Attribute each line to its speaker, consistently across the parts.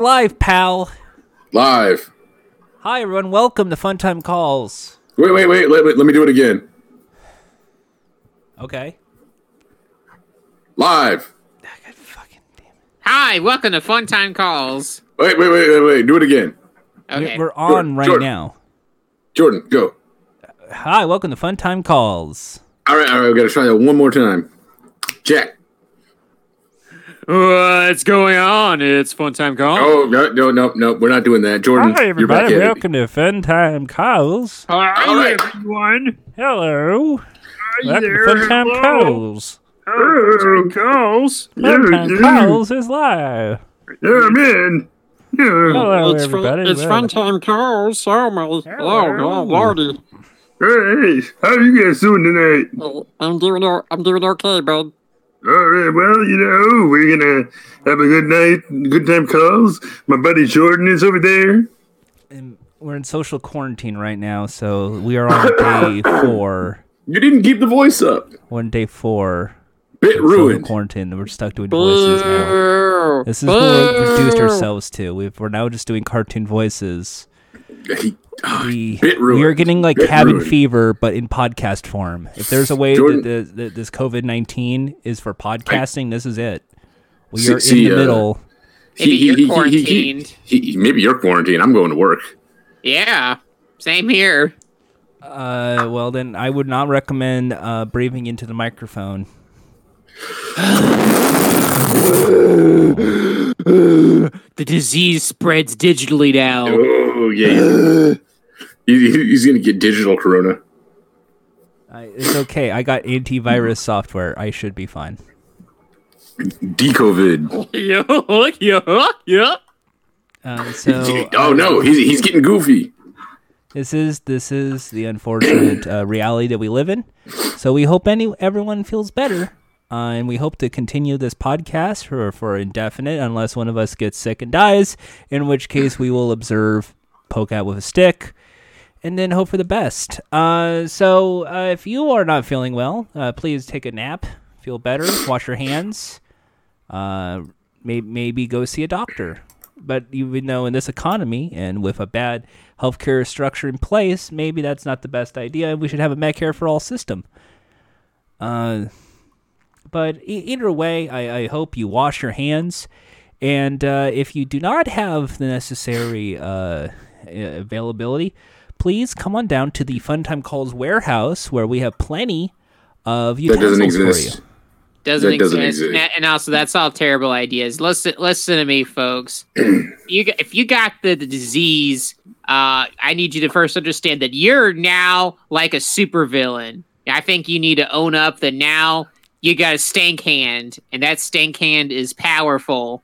Speaker 1: Live, pal.
Speaker 2: Live.
Speaker 1: Hi, everyone. Welcome to Funtime Calls.
Speaker 2: Wait, wait, wait. Let, let, let me do it again.
Speaker 1: Okay.
Speaker 2: Live.
Speaker 1: Ah, God fucking damn it.
Speaker 3: Hi, welcome to Fun Time Calls.
Speaker 2: Wait, wait, wait, wait, wait. Do it again.
Speaker 3: Okay.
Speaker 1: We're on right
Speaker 2: Jordan.
Speaker 1: now.
Speaker 2: Jordan, go.
Speaker 1: Hi, welcome to Funtime Calls.
Speaker 2: All right, all right. We got to try that one more time. Jack.
Speaker 3: What's going on? It's Fun Time Calls.
Speaker 2: Oh no, no, no, no. We're not doing that. Jordan, you're back at it.
Speaker 1: to Funtime Calls.
Speaker 3: Hi,
Speaker 2: Oh, All right.
Speaker 3: everyone.
Speaker 1: Hello. welcome
Speaker 3: there,
Speaker 1: to Funtime
Speaker 3: hello.
Speaker 1: Calls.
Speaker 3: Hello. Calls.
Speaker 1: Funtime Calls is live.
Speaker 2: I'm in.
Speaker 1: Hello,
Speaker 3: it's
Speaker 1: everybody.
Speaker 3: Fun, it's
Speaker 1: Well,
Speaker 3: Fun Time Calls. Oh, my Lord, oh, Lordy.
Speaker 2: Hey, how you guys doing tonight?
Speaker 3: Oh, I'm doing, o- I'm doing okay, bud.
Speaker 2: All right, well, you know, we're gonna have a good night, good time calls. My buddy Jordan is over there.
Speaker 1: and We're in social quarantine right now, so we are on day four.
Speaker 2: You didn't keep the voice up.
Speaker 1: We're on day four.
Speaker 2: Bit
Speaker 1: Social
Speaker 2: ruined.
Speaker 1: quarantine. We're stuck doing voices now.
Speaker 3: Boo.
Speaker 1: This is what we've reduced
Speaker 3: Boo.
Speaker 1: ourselves to. We've, we're now just doing cartoon voices.
Speaker 2: He- ah,
Speaker 1: We,
Speaker 2: Bit
Speaker 1: we are
Speaker 2: ruined.
Speaker 1: getting like
Speaker 2: Bit
Speaker 1: cabin
Speaker 2: ruined.
Speaker 1: fever, but in podcast form. If there's a way
Speaker 2: Jordan-
Speaker 1: that, the, that this COVID 19 is for podcasting, this is it. We
Speaker 2: See-
Speaker 1: are
Speaker 2: see,
Speaker 1: in the
Speaker 2: uh,
Speaker 1: middle.
Speaker 3: Maybe you're
Speaker 2: he-
Speaker 3: quarantined.
Speaker 2: He, he, maybe you're quarantined. I'm going to work.
Speaker 3: Yeah, same here.
Speaker 1: Uh, well, then I would not recommend uh, breathing into the microphone.
Speaker 3: The disease spreads digitally now.
Speaker 2: Oh yeah. He- he- he's gonna get digital corona.
Speaker 1: I, it's okay. I got antivirus software. I should be fine.
Speaker 2: Decovid.
Speaker 3: Yo, yo, yo.
Speaker 1: Um, so
Speaker 2: oh no, he's he's getting goofy.
Speaker 1: this is this is the unfortunate uh, reality that we live in. So we hope any everyone feels better, uh, and we hope to continue this podcast for for indefinite, unless one of us gets sick and dies, in which case we will observe, poke out with a stick, and then hope for the best. Uh, so uh, if you are not feeling well, uh, please take a nap, feel better, wash your hands, uh, may- maybe go see a doctor. But you would know in this economy and with a bad healthcare structure in place, maybe that's not the best idea. We should have a Medicare for all system. Uh, but e- either way, I, I hope you wash your hands. And uh, if you do not have the necessary uh, a- availability, please come on down to the Funtime Calls warehouse where we have plenty of
Speaker 2: That
Speaker 1: utensils
Speaker 2: doesn't
Speaker 1: for you.
Speaker 2: exist.
Speaker 3: doesn't,
Speaker 2: That doesn't
Speaker 3: exist.
Speaker 2: exist.
Speaker 3: And- And also, that's all terrible ideas. Listen, listen to me, folks. you, g- if you got the, the disease, uh, I need you to first understand that you're now like a supervillain. I think you need to own up that now you got a stank hand, and that stank hand is powerful.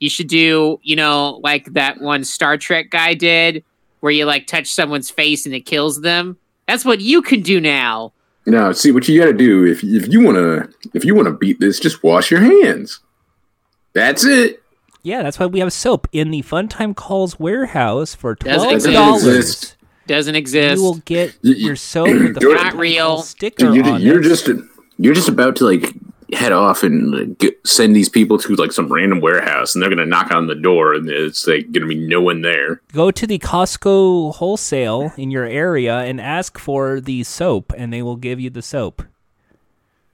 Speaker 3: You should do, you know, like that one Star Trek guy did, where you like touch someone's face and it kills them. That's what you can do now.
Speaker 2: No, see what you gotta do if if you wanna if you wanna beat this, just wash your hands. That's it.
Speaker 1: Yeah, that's why we have soap in the Funtime Calls warehouse for
Speaker 3: Doesn't
Speaker 1: twelve
Speaker 3: exist.
Speaker 1: dollars.
Speaker 3: Doesn't
Speaker 1: You
Speaker 3: exist.
Speaker 1: will get
Speaker 2: You- you-
Speaker 1: your soap with the
Speaker 2: You're-
Speaker 1: Funtime
Speaker 3: Not real.
Speaker 1: Calls sticker
Speaker 2: Dude, you're,
Speaker 1: on
Speaker 2: you're
Speaker 1: it.
Speaker 2: just you're just about to like head off and like, get, send these people to like some random warehouse, and they're gonna knock on the door, and it's like gonna be no one there.
Speaker 1: Go to the Costco wholesale in your area and ask for the soap, and they will give you the soap.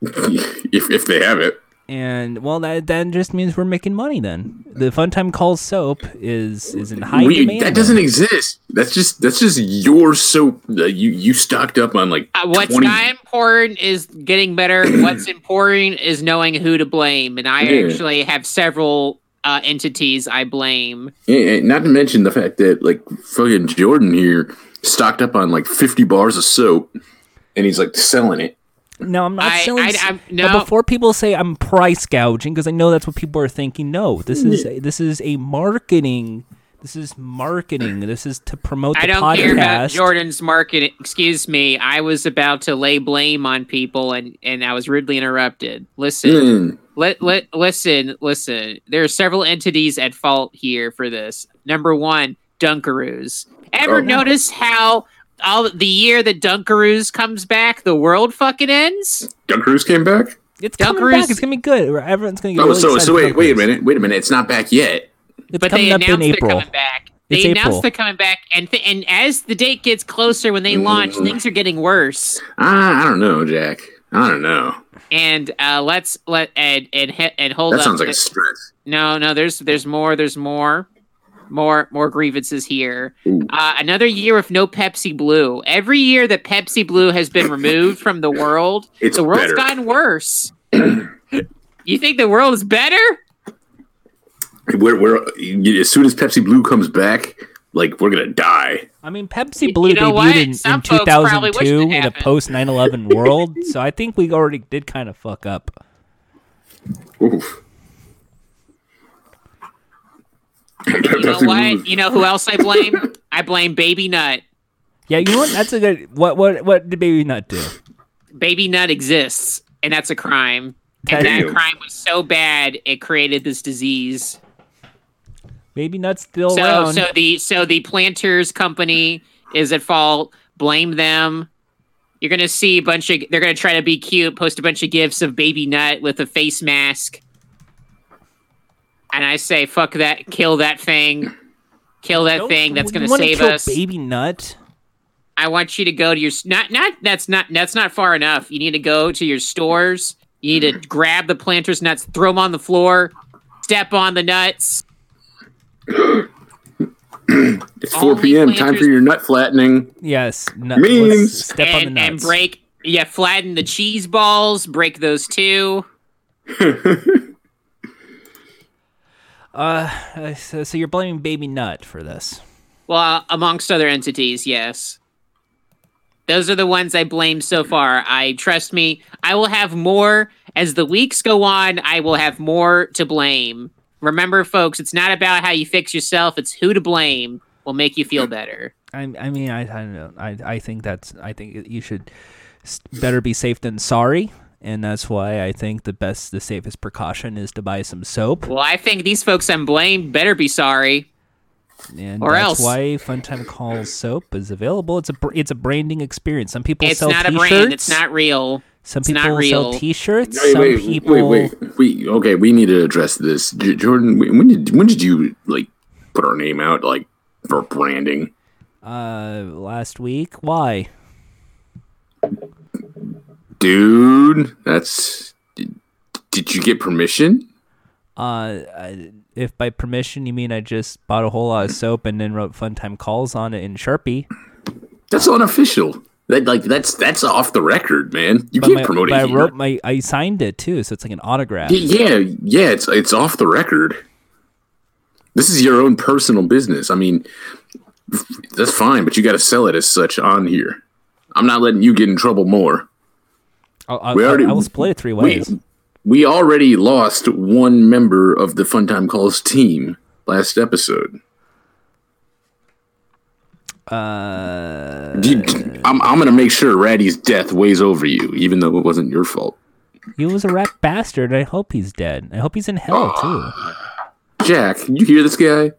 Speaker 2: if if they have it.
Speaker 1: And well, that then just means we're making money. Then the Funtime Calls soap is is in high
Speaker 2: We-
Speaker 1: demand.
Speaker 2: that doesn't exist. That's just that's just your soap that you you stocked up on like
Speaker 3: Uh, what's
Speaker 2: 20
Speaker 3: not important is getting better. what's important is knowing who to blame. And I
Speaker 2: Yeah.
Speaker 3: actually have several uh, entities I blame.
Speaker 2: Yeah, and Eh, not to mention the fact that like fucking Jordan here stocked up on like fifty bars of soap, and he's like selling it.
Speaker 1: No, I'm not
Speaker 3: I-
Speaker 1: selling.
Speaker 3: I-
Speaker 1: s-
Speaker 3: I'm-
Speaker 1: but
Speaker 3: no.
Speaker 1: before people say I'm price gouging, because I know that's what people are thinking. No, this
Speaker 2: Mm.
Speaker 1: is a, this is a marketing. This is marketing. This is to promote the
Speaker 3: I don't
Speaker 1: podcast.
Speaker 3: care about Jordan's market. Excuse me. I was about to lay blame on people and, and I was rudely interrupted. Listen,
Speaker 2: Mm.
Speaker 3: let, let, listen, listen. There are several entities at fault here for this. Number one, Dunkaroos. Ever
Speaker 2: Oh.
Speaker 3: notice how all the year that Dunkaroos comes back, the world fucking ends?
Speaker 2: Dunkaroos came back.
Speaker 1: It's coming back.
Speaker 3: Dunkaroos-
Speaker 1: It's gonna be good. Everyone's gonna get
Speaker 2: Oh,
Speaker 1: really
Speaker 2: so
Speaker 1: excited
Speaker 2: so
Speaker 1: for
Speaker 2: wait wait a
Speaker 1: Dunkaroos.
Speaker 2: minute wait a minute it's not back yet.
Speaker 1: It's
Speaker 3: but
Speaker 1: coming
Speaker 3: they
Speaker 1: up
Speaker 3: announced
Speaker 1: in
Speaker 3: they're
Speaker 1: April.
Speaker 3: coming back. They
Speaker 1: It's
Speaker 3: announced
Speaker 1: April.
Speaker 3: they're coming back, and th- and as the date gets closer, when they launch,
Speaker 2: Mm.
Speaker 3: things are getting worse.
Speaker 2: I, I don't know, Jack. I don't know.
Speaker 3: And uh, let's let and and he- and hold
Speaker 2: That
Speaker 3: up.
Speaker 2: sounds like a stretch.
Speaker 3: No, no, there's there's more, there's more, more, more grievances here.
Speaker 2: Ooh.
Speaker 3: Uh, another year with no Pepsi Blue. Every year that Pepsi Blue has been removed from the world,
Speaker 2: It's
Speaker 3: the world's
Speaker 2: better.
Speaker 3: gotten worse. you think the world is better?
Speaker 2: We're, we're y- as soon as Pepsi Blue comes back, like we're gonna die.
Speaker 1: I mean,
Speaker 3: you
Speaker 1: Pepsi Blue
Speaker 3: know what?
Speaker 1: debuted in,
Speaker 3: Some
Speaker 1: in
Speaker 3: folks probably wish
Speaker 1: 2002
Speaker 3: it
Speaker 1: in a
Speaker 3: happened.
Speaker 1: post 9 11 world, so I think we already did kind of fuck up.
Speaker 2: Oof.
Speaker 3: You know
Speaker 2: Pepsi Blue-
Speaker 3: what? You know who else I blame? I blame Baby Nut.
Speaker 1: Yeah, you know what? That's a good. What what what did Baby Nut do?
Speaker 3: Baby Nut exists, and that's a crime. And
Speaker 1: That-
Speaker 3: that
Speaker 2: Damn.
Speaker 3: crime was so bad it created this disease.
Speaker 1: Baby Nut's still
Speaker 3: so
Speaker 1: around.
Speaker 3: so the so the planters company is at fault blame them you're gonna see a bunch of they're gonna try to be cute post a bunch of gifs of baby nut with a face mask and i say fuck that kill that thing kill that
Speaker 1: Don't-
Speaker 3: thing that's
Speaker 1: you
Speaker 3: gonna
Speaker 1: wanna
Speaker 3: save
Speaker 1: kill
Speaker 3: us
Speaker 1: Baby Nut.
Speaker 3: i want you to go to your s- not not that's not that's not far enough you need to go to your stores you need
Speaker 1: Mm-hmm.
Speaker 3: to grab the planters nuts throw them on the floor step on the nuts
Speaker 2: It's 4
Speaker 3: Only
Speaker 2: p.m. Time
Speaker 3: planters-
Speaker 2: for your nut flattening.
Speaker 1: Yes, nut,
Speaker 2: Memes.
Speaker 1: let's Step
Speaker 3: and,
Speaker 1: on the nuts.
Speaker 3: and break yeah flatten the cheese balls break those too
Speaker 1: Uh, uh, so, so you're blaming Baby Nut for this.
Speaker 3: well uh, amongst other entities yes those are the ones i blame so far i trust me i will have more as the weeks go on i will have more to blame remember folks it's not about how you fix yourself it's who to blame will make you feel better
Speaker 1: I, I mean, I, I don't know. I, I think that's. I think you should s- better be safe than sorry, and that's why I think the best, the safest precaution is to buy some soap.
Speaker 3: well i think these folks i'm blamed better be sorry
Speaker 1: And
Speaker 3: Or
Speaker 1: that's
Speaker 3: else.
Speaker 1: why Funtime Calls soap is available. It's a br- it's a branding experience. Some people
Speaker 3: it's
Speaker 1: sell
Speaker 3: not a
Speaker 1: t-shirts.
Speaker 3: brand it's not real
Speaker 1: Some
Speaker 3: it's
Speaker 1: people
Speaker 3: not
Speaker 1: sell
Speaker 3: real.
Speaker 1: t-shirts.
Speaker 2: Hey,
Speaker 1: some
Speaker 2: wait,
Speaker 1: people
Speaker 2: wait, wait, wait. Okay, we need to address this, J- Jordan. When when did when did you like put our name out like for branding?
Speaker 1: uh last week. Why?
Speaker 2: Dude, that's did, did you get permission?
Speaker 1: Uh I, if by permission you mean I just bought a whole lot of soap and then wrote Funtime Calls on it in Sharpie.
Speaker 2: That's unofficial. That like that's that's off the record, man. You
Speaker 1: But,
Speaker 2: can't
Speaker 1: my,
Speaker 2: promote
Speaker 1: but
Speaker 2: it.
Speaker 1: I
Speaker 2: here.
Speaker 1: wrote my I signed it too, so it's like an autograph.
Speaker 2: Y- Yeah, yeah, it's it's off the record. This is your own personal business. I mean, f- that's fine, but you got to sell it as such on here. I'm not letting you get in trouble more.
Speaker 1: I'll, I'll,
Speaker 2: we already-
Speaker 1: I'll, I'll split it three
Speaker 2: We,
Speaker 1: ways.
Speaker 2: we already lost one member of the Funtime Calls team last episode.
Speaker 1: Uh,
Speaker 2: You- I'm, I'm going to make sure Ratty's death weighs over you, even though it wasn't your fault.
Speaker 1: he was a rat bastard. I hope he's dead. I hope he's in hell too.
Speaker 2: Oh. Jack, you hear this guy?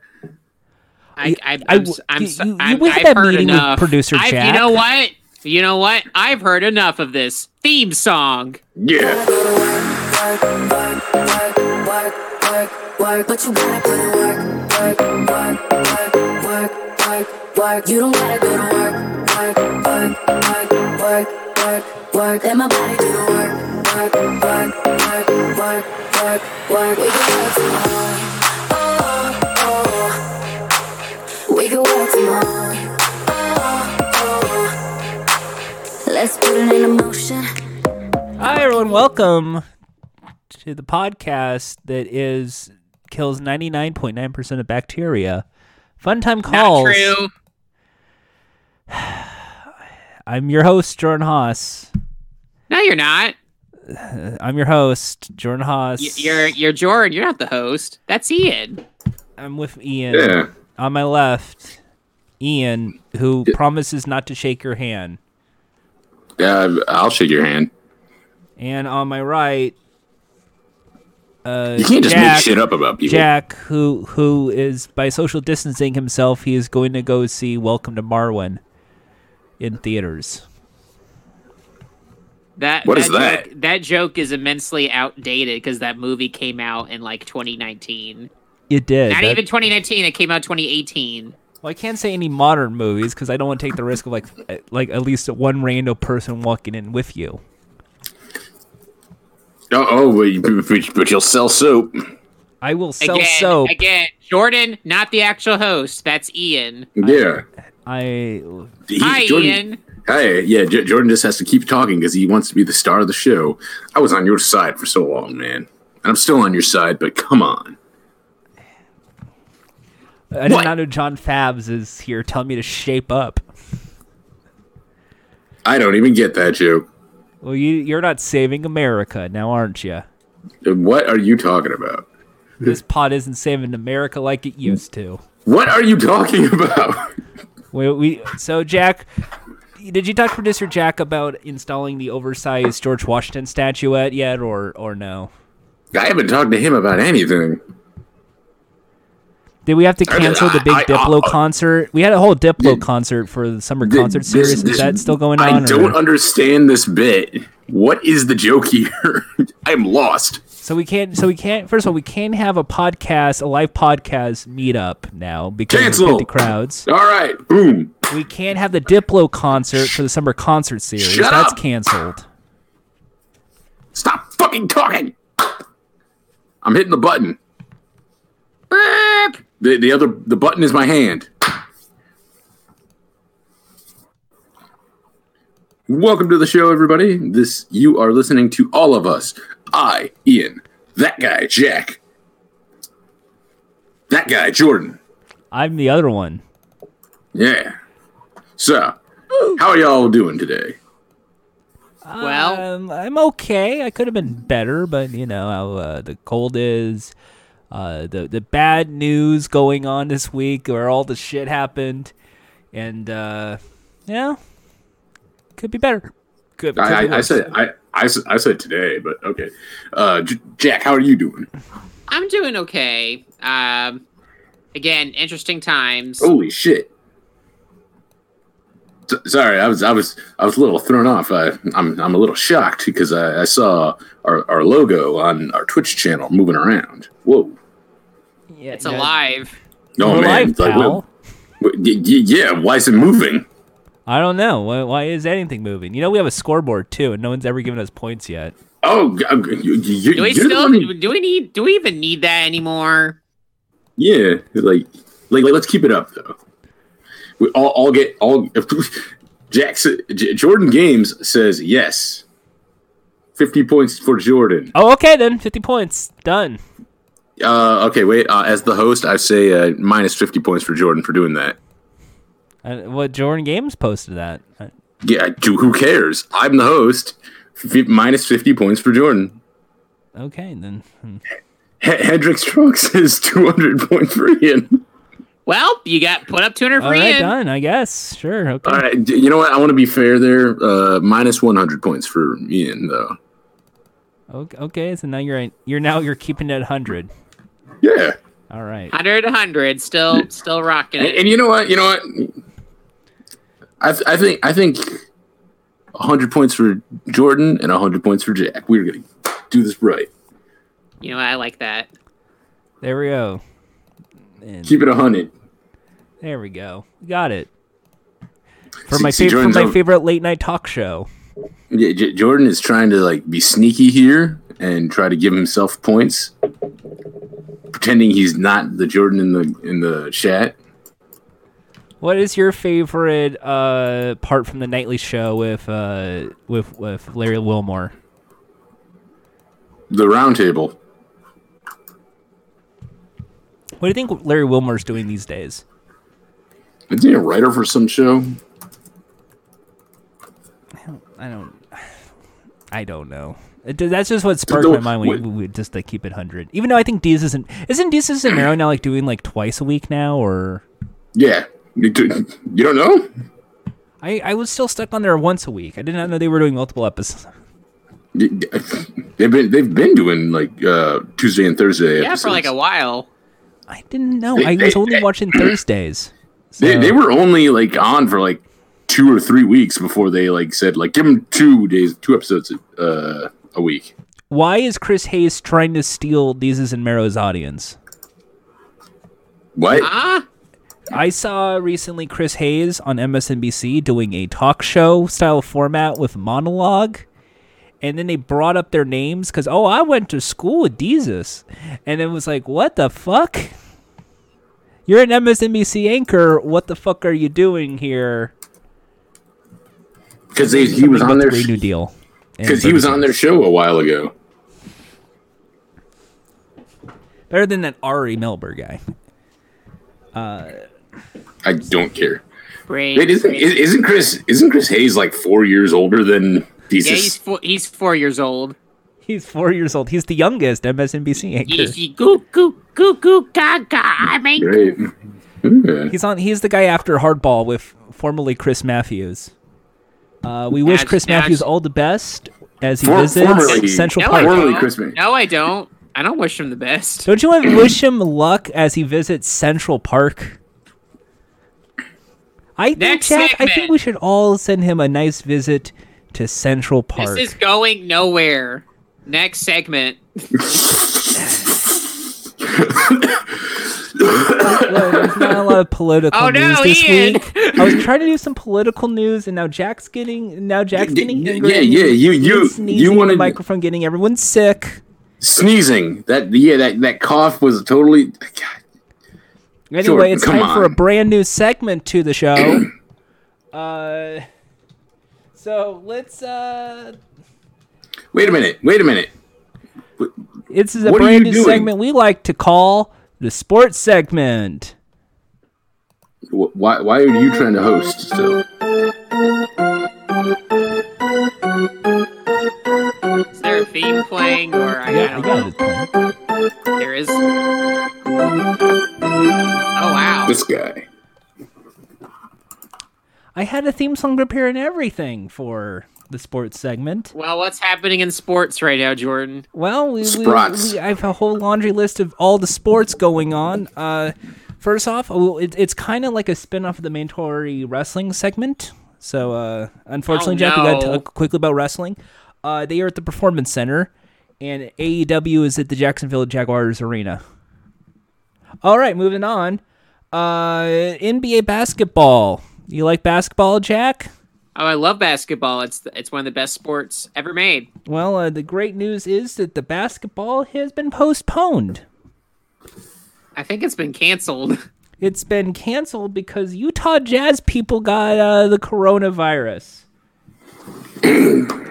Speaker 3: I, I,
Speaker 1: I
Speaker 3: I'm,
Speaker 1: w-
Speaker 3: I'm,
Speaker 1: you- you-
Speaker 3: I'm,
Speaker 1: we
Speaker 3: I've
Speaker 1: had that
Speaker 3: heard
Speaker 1: meeting with
Speaker 3: enough.
Speaker 1: producer
Speaker 3: I've-
Speaker 1: Jack.
Speaker 3: You know what? You know what? I've heard enough of this theme song.
Speaker 2: Yeah.
Speaker 4: work, but you gotta put in work, work, work, work, work, work, work. You don't gotta go to work, work, work, work, work, work, work. Let my body do the work, work, work, work, work, work, work. We can work tomorrow, oh, oh. We can work tomorrow, oh, oh. Let's put it in motion.
Speaker 1: Hi everyone, welcome to the podcast that is kills ninety nine point nine percent of bacteria. Funtime calls.
Speaker 3: Not true.
Speaker 1: I'm your host, Jordan Haas.
Speaker 3: No, you're not.
Speaker 1: I'm your host, Jordan Haas.
Speaker 3: Y- You're you're Jordan. You're not the host. That's Ian.
Speaker 1: I'm with Ian.
Speaker 2: Yeah.
Speaker 1: On my left, Ian, who promises not to shake your hand.
Speaker 2: Uh, I'll shake your hand.
Speaker 1: And on my right, uh,
Speaker 2: You can't just
Speaker 1: Jack-
Speaker 2: make shit up about people.
Speaker 1: Jack, who who is by social distancing himself, he is going to go see Welcome to Marwin in theaters.
Speaker 3: That
Speaker 2: What
Speaker 3: that
Speaker 2: is that?
Speaker 3: Joke, that joke is immensely outdated because that movie came out in like 2019.
Speaker 1: You did.
Speaker 3: Not
Speaker 1: That-
Speaker 3: even 2019. It came out 2018.
Speaker 1: Well, I can't say any modern movies because I don't want to take the risk of like uh, like at least one random person walking in with you.
Speaker 2: Oh, oh but, you- but- but you'll sell soap.
Speaker 1: I will sell
Speaker 3: Again,
Speaker 1: soap.
Speaker 3: again, Jordan, not the actual host. That's Ian.
Speaker 2: Yeah.
Speaker 1: I
Speaker 2: He-
Speaker 3: Hi,
Speaker 2: Jordan-
Speaker 3: Ian.
Speaker 2: Hi. Yeah, J- Jordan just has to keep talking because he wants to be the star of the show. I was on your side for so long, man. And I'm still on your side, but come on.
Speaker 1: I did
Speaker 2: What?
Speaker 1: not know John Fabs is here telling me to shape up.
Speaker 2: I don't even get that joke.
Speaker 1: Well, you you're not saving America now, aren't you?
Speaker 2: What are you talking about?
Speaker 1: This pod isn't saving America like it used to.
Speaker 2: What are you talking about?
Speaker 1: We, we so Jack, did you talk to producer Jack about installing the oversized George Washington statuette yet, or or no?
Speaker 2: I haven't talked to him about anything.
Speaker 1: Did we have to
Speaker 2: I mean,
Speaker 1: cancel the big
Speaker 2: I- uh, I-
Speaker 1: Diplo
Speaker 2: I-
Speaker 1: concert? We had a whole Diplo concert for the summer
Speaker 2: Th-
Speaker 1: concert
Speaker 2: this-
Speaker 1: series.
Speaker 2: this-
Speaker 1: is that still going
Speaker 2: I
Speaker 1: on? or-
Speaker 2: don't understand this bit. What is the joke here? I'm lost.
Speaker 1: so we can't. So we can't. First of all, we can't have a podcast, a live podcast meetup now because of
Speaker 2: Cancel.
Speaker 1: the crowds.
Speaker 2: All right, boom.
Speaker 1: We can't have the Diplo concert for the summer concert series.
Speaker 2: Shut
Speaker 1: That's
Speaker 2: up.
Speaker 1: canceled.
Speaker 2: Stop fucking talking. I'm hitting the button. Beep. The the other the button is my hand. Welcome to the show, everybody. This you are listening to all of us. I, Ian, that guy, Jack, that guy, Jordan.
Speaker 1: I'm the other one.
Speaker 2: Yeah. So, how are y'all doing today?
Speaker 3: Well,
Speaker 1: um, I'm okay. I could have been better, but you know how uh, the cold is. Uh, the the bad news going on this week, where all the shit happened, and uh, you know, could be better. Could, could
Speaker 2: I,
Speaker 1: be
Speaker 2: I, I
Speaker 1: worse.
Speaker 2: said I, I s- I said today, but okay. Uh, J- Jack, how are you doing?
Speaker 3: I'm doing okay. Um, again, interesting times.
Speaker 2: Holy shit! S- sorry, I was I was I was a little thrown off. I, I'm I'm a little shocked because I, I saw our, our logo on our Twitch channel moving around. Whoa!
Speaker 1: Yeah,
Speaker 3: It's alive.
Speaker 2: No
Speaker 1: We're
Speaker 2: oh, man,
Speaker 1: alive,
Speaker 2: It's like,
Speaker 1: pal.
Speaker 2: whoa. Wait, y- y- yeah, why is it moving?
Speaker 1: I don't know why, why is anything moving. You know, we have a scoreboard too, and no one's ever given us points yet.
Speaker 2: Oh, g- g- you, you,
Speaker 3: Do we
Speaker 2: you're the
Speaker 3: still?
Speaker 2: one who-
Speaker 3: Do we need? Do we even need that anymore?
Speaker 2: Yeah, like, like, like, let's keep it up though. We all, all get all. Jackson J- Jordan Games says yes. Fifty points for Jordan.
Speaker 1: Oh, okay then, fifty points done.
Speaker 2: Uh, okay, wait. Uh, as the host, I say uh, minus fifty points for Jordan for doing that.
Speaker 1: Uh, what Jordan Games posted that. Uh,
Speaker 2: Yeah, do, who cares? I'm the host. F- minus fifty points for Jordan.
Speaker 1: Okay then. Hmm.
Speaker 2: H- Hendrick Strong says two hundred points for Ian.
Speaker 3: Well, you got put up 200
Speaker 1: All
Speaker 3: for
Speaker 1: right,
Speaker 3: Ian.
Speaker 1: done. I guess. Sure. Okay.
Speaker 2: All right, d- you know what? I want to be fair there. Uh, minus one hundred points for Ian though.
Speaker 1: Okay, okay, so now you're at, you're now you're keeping it at hundred.
Speaker 2: Yeah.
Speaker 1: All right.
Speaker 3: 100 100 still still rocking
Speaker 2: And,
Speaker 3: it
Speaker 2: and you know what? You know what? I, th- I think I think 100 points for Jordan and 100 points for Jack. We're going to do this right.
Speaker 3: you know i like that
Speaker 1: There we go. And
Speaker 2: Keep it 100.
Speaker 1: there we go. Got it. For
Speaker 2: See-
Speaker 1: my
Speaker 2: see,
Speaker 1: favorite for
Speaker 2: Jordan's
Speaker 1: my
Speaker 2: over-
Speaker 1: favorite late night talk show.
Speaker 2: Yeah, J- Jordan is trying to like be sneaky here and try to give himself points, pretending he's not the Jordan in the in the chat.
Speaker 1: What is your favorite uh part from the nightly show with uh with with Larry Wilmore?
Speaker 2: The roundtable.
Speaker 1: What do you think Larry Wilmore's doing these days?
Speaker 2: Is he a writer for some show?
Speaker 1: I don't I don't know. It, that's just what sparked my
Speaker 2: Don't-
Speaker 1: mind when
Speaker 2: wait.
Speaker 1: you- we just like keep it hundred. Even though I think Diaz isn't isn't Diaz and Mero now like doing like twice a week now or
Speaker 2: Yeah. You do- you don't know?
Speaker 1: I, I was still stuck on there once a week. I did not know they were doing multiple episodes.
Speaker 2: They've been they've been doing like uh, Tuesday and Thursday.
Speaker 3: yeah for like a
Speaker 2: episodes.
Speaker 3: while
Speaker 1: I didn't know. I was only watching Thursdays.
Speaker 2: They,
Speaker 1: So-
Speaker 2: they were only like on for like two or three weeks before they like said like give them two days, two episodes uh, a week.
Speaker 1: Why is Chris Hayes trying to steal Deez's and Mero's audience?
Speaker 2: What?
Speaker 3: Huh?
Speaker 1: I saw recently Chris Hayes on MSNBC doing a talk show style format with monologue. And then they brought up their names because, oh, I went to school with Jesus. And it was like, what the fuck? You're an MSNBC anchor. What the fuck are you doing here?
Speaker 2: Because he was on
Speaker 1: Something
Speaker 2: their
Speaker 1: about the Green New Deal. And
Speaker 2: because he was on their show a while ago.
Speaker 1: Better than that Ari Melber guy.
Speaker 2: I don't care.
Speaker 3: Brain,
Speaker 2: Wait, isn't
Speaker 3: brain.
Speaker 2: isn't Chris isn't Chris Hayes like four years older than
Speaker 3: Yeah, he's
Speaker 2: Jesus?
Speaker 3: four, he's four years old.
Speaker 1: He's four years old. He's the youngest MSNBC anchor.
Speaker 3: He's goo goo goo goo gaga. I mean,
Speaker 2: Great. Yeah.
Speaker 1: He's on. He's the guy after Hardball with formerly Chris Matthews. Uh, we wish
Speaker 3: That's-
Speaker 1: Chris
Speaker 3: that's-
Speaker 1: Matthews all the best as he
Speaker 2: For-
Speaker 1: visits
Speaker 2: formerly-
Speaker 1: Central
Speaker 3: no,
Speaker 1: Park.
Speaker 3: I
Speaker 2: Formerly
Speaker 3: don't.
Speaker 2: Chris May.
Speaker 3: No, I don't. I don't wish him the best.
Speaker 1: Don't you want to wish him luck as he visits Central Park? I think
Speaker 3: Next
Speaker 1: Jack, I think
Speaker 3: segment.
Speaker 1: we should all send him a nice visit to Central Park.
Speaker 3: This is going nowhere. Next segment.
Speaker 1: Well, there's not a lot of political
Speaker 3: Oh, no,
Speaker 1: news this
Speaker 3: Ian.
Speaker 1: week. I was trying to do some political news, and now Jack's getting now Jack's getting
Speaker 2: Yeah,
Speaker 1: angry.
Speaker 2: yeah, you
Speaker 1: Ian's
Speaker 2: you
Speaker 1: sneezing
Speaker 2: you
Speaker 1: in the
Speaker 2: wanted
Speaker 1: microphone, getting everyone sick.
Speaker 2: sneezing. That yeah, that that cough was totally. God.
Speaker 1: Anyway,
Speaker 2: Jordan,
Speaker 1: it's
Speaker 2: come
Speaker 1: time for a
Speaker 2: on.
Speaker 1: brand new segment to the show. uh, so let's. Uh,
Speaker 2: Wait a minute. Wait a minute.
Speaker 1: this is a
Speaker 2: What are
Speaker 1: brand
Speaker 2: you
Speaker 1: new
Speaker 2: doing?
Speaker 1: segment we like to call the sports segment.
Speaker 2: Wh- Why why are you trying to host still?
Speaker 3: Is there a theme playing or I, I don't know? There is. Oh wow.
Speaker 2: This guy.
Speaker 1: I had a theme song prepared and everything for the sports segment.
Speaker 3: Well, what's happening in sports right now, Jordan?
Speaker 1: Well, we, we,
Speaker 2: Sprots.
Speaker 1: we I have a whole laundry list of all the sports going on. Uh, first off, oh, it, it's kind of like a spin-off of the mandatory wrestling segment. So, uh, unfortunately,
Speaker 3: Oh,
Speaker 1: Jack, we got to
Speaker 3: no.
Speaker 1: talk quickly about wrestling. Uh, they are at the Performance Center, and AEW is at the Jacksonville Jaguars Arena. All right, moving on. Uh, NBA basketball. You like basketball, Jack?
Speaker 3: Oh, I love basketball. It's it's one of the best sports ever made.
Speaker 1: Well, uh, the great news is that the basketball has been postponed.
Speaker 3: I think it's been canceled.
Speaker 1: it's been canceled because Utah Jazz people got uh, the coronavirus.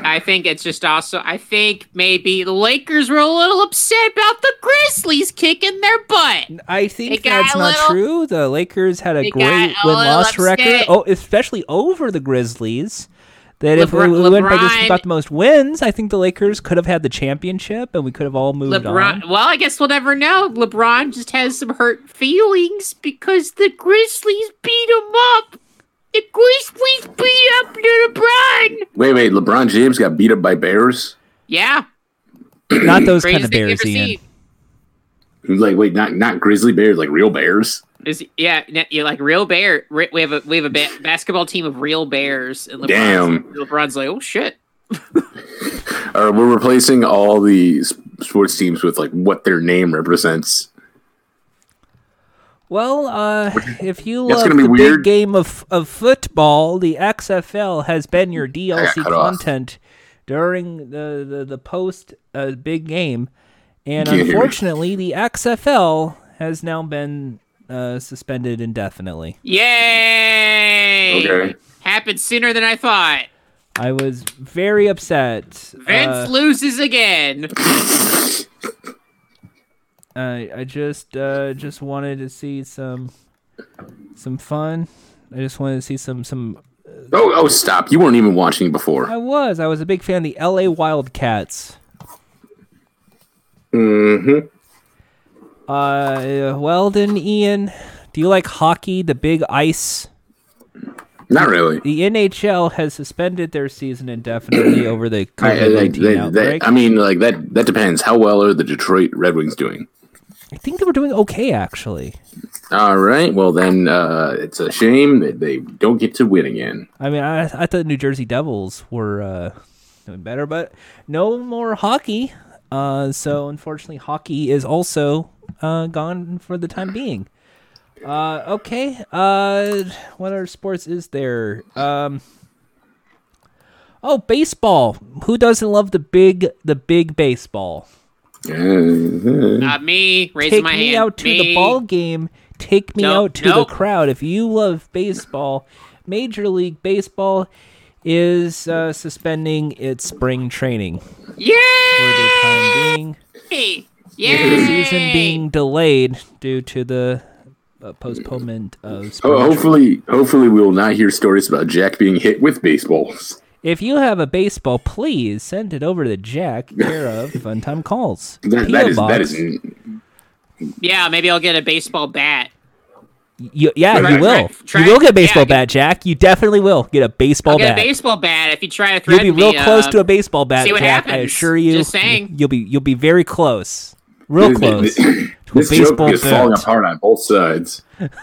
Speaker 3: I think it's just also. I think maybe the Lakers were a little upset about the Grizzlies kicking their butt.
Speaker 1: I
Speaker 3: It
Speaker 1: think
Speaker 3: got
Speaker 1: that's
Speaker 3: a
Speaker 1: not
Speaker 3: little-
Speaker 1: true. The Lakers had a
Speaker 3: It got
Speaker 1: great
Speaker 3: a
Speaker 1: win
Speaker 3: little
Speaker 1: loss record,
Speaker 3: upset.
Speaker 1: oh, especially over the Grizzlies. That if we,
Speaker 3: LeBron-
Speaker 1: we went by just who
Speaker 3: LeBron-
Speaker 1: got the most wins, I think the Lakers could have had the championship and we could have all moved
Speaker 3: LeBron.
Speaker 1: on.
Speaker 3: Well, I guess we'll never know. LeBron just has some hurt feelings because the Grizzlies beat him up. The Grizzlies beat up LeBron.
Speaker 2: Wait wait. LeBron James got beat up by bears.
Speaker 3: Yeah,
Speaker 1: Not those kind
Speaker 3: greatest
Speaker 1: of
Speaker 3: thing you've
Speaker 1: Bears,
Speaker 3: ever
Speaker 1: Ian.
Speaker 3: seen.
Speaker 2: He was like wait not not grizzly bears like real bears.
Speaker 3: Is yeah, n- you're like real bear. re- We have a we have a ba- basketball team of real bears. And LeBron's,
Speaker 2: Damn.
Speaker 3: LeBron's like, oh shit.
Speaker 2: All right, Uh, we're replacing all the s- sports teams with like what their name represents.
Speaker 1: Well, uh, if you
Speaker 2: That's
Speaker 1: love
Speaker 2: gonna be
Speaker 1: the big
Speaker 2: weird.
Speaker 1: game of of football, the XFL has been your DLC
Speaker 2: cut off.
Speaker 1: content during the the, the post uh, big game, and
Speaker 2: Can't hear me.
Speaker 1: unfortunately, the XFL has now been uh, suspended indefinitely.
Speaker 3: Yay!
Speaker 2: Okay.
Speaker 3: Happened sooner than I thought.
Speaker 1: I was very upset. Uh,
Speaker 3: Vince loses again.
Speaker 1: I I just uh, just wanted to see some some fun. I just wanted to see some some
Speaker 2: Oh oh stop! You weren't even watching before.
Speaker 1: I was. I was a big fan of the LA Wildcats. Mm-hmm. Uh, well then, Ian, do you like hockey, the big ice?
Speaker 2: Not really.
Speaker 1: The NHL has suspended their season indefinitely over the
Speaker 2: I, I-
Speaker 1: COVID-19
Speaker 2: like, that- that-
Speaker 1: outbreak.
Speaker 2: I mean, like that. That depends. How well are the Detroit Red Wings doing?
Speaker 1: I think they were doing okay, actually.
Speaker 2: All right. Well, then uh, it's a shame that they don't get to win again.
Speaker 1: I mean, I, I thought New Jersey Devils were uh, doing better, but no more hockey. Uh, so unfortunately, hockey is also uh, gone for the time being. Uh, okay. Uh, what other sports is there? Um, oh, baseball. Who doesn't love the big the big baseball?
Speaker 2: Uh,
Speaker 3: Not me. Raising
Speaker 1: Take
Speaker 3: my
Speaker 1: me
Speaker 3: hand.
Speaker 1: out to the
Speaker 3: Me.
Speaker 1: ball game. Take me
Speaker 3: No,
Speaker 1: out to
Speaker 3: no.
Speaker 1: the crowd. If you love baseball, Major League Baseball is uh, suspending its spring training for the
Speaker 3: Yay!
Speaker 1: time being.
Speaker 3: Yay!
Speaker 1: The season being delayed due to the uh, postponement of spring
Speaker 2: ho- hopefully, hopefully, we will not hear stories about Jack being hit with baseballs.
Speaker 1: If you have a baseball, please send it over to Jack, care of Fun Time Calls.
Speaker 2: That,
Speaker 1: P.O.
Speaker 2: that is that
Speaker 1: Box.
Speaker 2: is n-
Speaker 3: Yeah, maybe I'll get a baseball bat.
Speaker 1: You- yeah,
Speaker 3: Try-
Speaker 1: you will.
Speaker 3: try- try-
Speaker 1: you will get a baseball
Speaker 3: yeah,
Speaker 1: bat, Jack. You definitely will get a baseball
Speaker 3: I'll get
Speaker 1: bat.
Speaker 3: a baseball bat if you try to
Speaker 1: you'll
Speaker 3: threaten
Speaker 1: be real
Speaker 3: me.
Speaker 1: close
Speaker 3: uh,
Speaker 1: to a baseball bat,
Speaker 3: see what
Speaker 1: Jack. I
Speaker 3: happens.
Speaker 1: assure you.
Speaker 3: Just saying.
Speaker 1: You'll be you'll be very close, real
Speaker 2: Th- th-
Speaker 1: close.
Speaker 2: th-
Speaker 1: to a
Speaker 2: This joke
Speaker 1: baseball
Speaker 2: is falling
Speaker 1: bat.
Speaker 2: apart on both sides.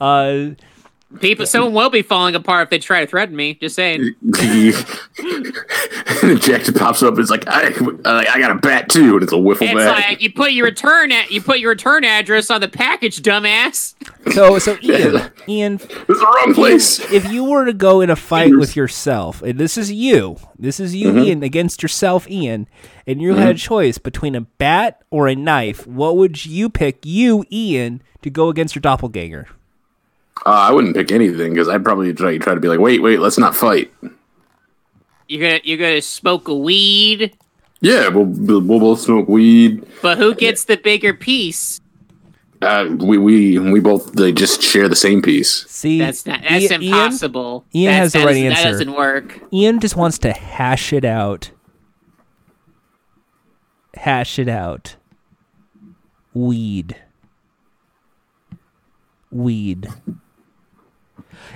Speaker 1: Uh,
Speaker 3: people. Someone will be falling apart if they try to threaten me. Just saying.
Speaker 2: Jack just pops up. It's like I, uh, I got a bat too, and it's a wiffle
Speaker 3: It's
Speaker 2: bat.
Speaker 3: like you put your return at you put your return address on the package, dumbass.
Speaker 1: Uh, so so Ian, Ian,
Speaker 2: This is the wrong place.
Speaker 1: if you were to go in a fight
Speaker 2: Fingers. Mm-hmm.
Speaker 1: with yourself, and this is you, this is you, Ian, against yourself, Ian, and you had a choice between a bat or a knife, what would you pick, you, Ian, to go against your doppelganger?
Speaker 2: Uh, I wouldn't pick anything because I'd probably try, try to be like, wait, wait, let's not fight.
Speaker 3: You're gonna you're gonna smoke a weed,
Speaker 2: Yeah, we'll we'll we'll both smoke weed.
Speaker 3: but who gets the bigger piece?
Speaker 2: Uh, we we we both they just share the same piece.
Speaker 1: See,
Speaker 3: That's not that's
Speaker 1: Ian-
Speaker 3: impossible.
Speaker 1: Ian
Speaker 3: That's-
Speaker 1: has the
Speaker 3: that
Speaker 1: right
Speaker 3: doesn't-
Speaker 1: answer.
Speaker 3: That doesn't work.
Speaker 1: Ian, Ian just wants to hash it out. Hash it out. Weed. Weed.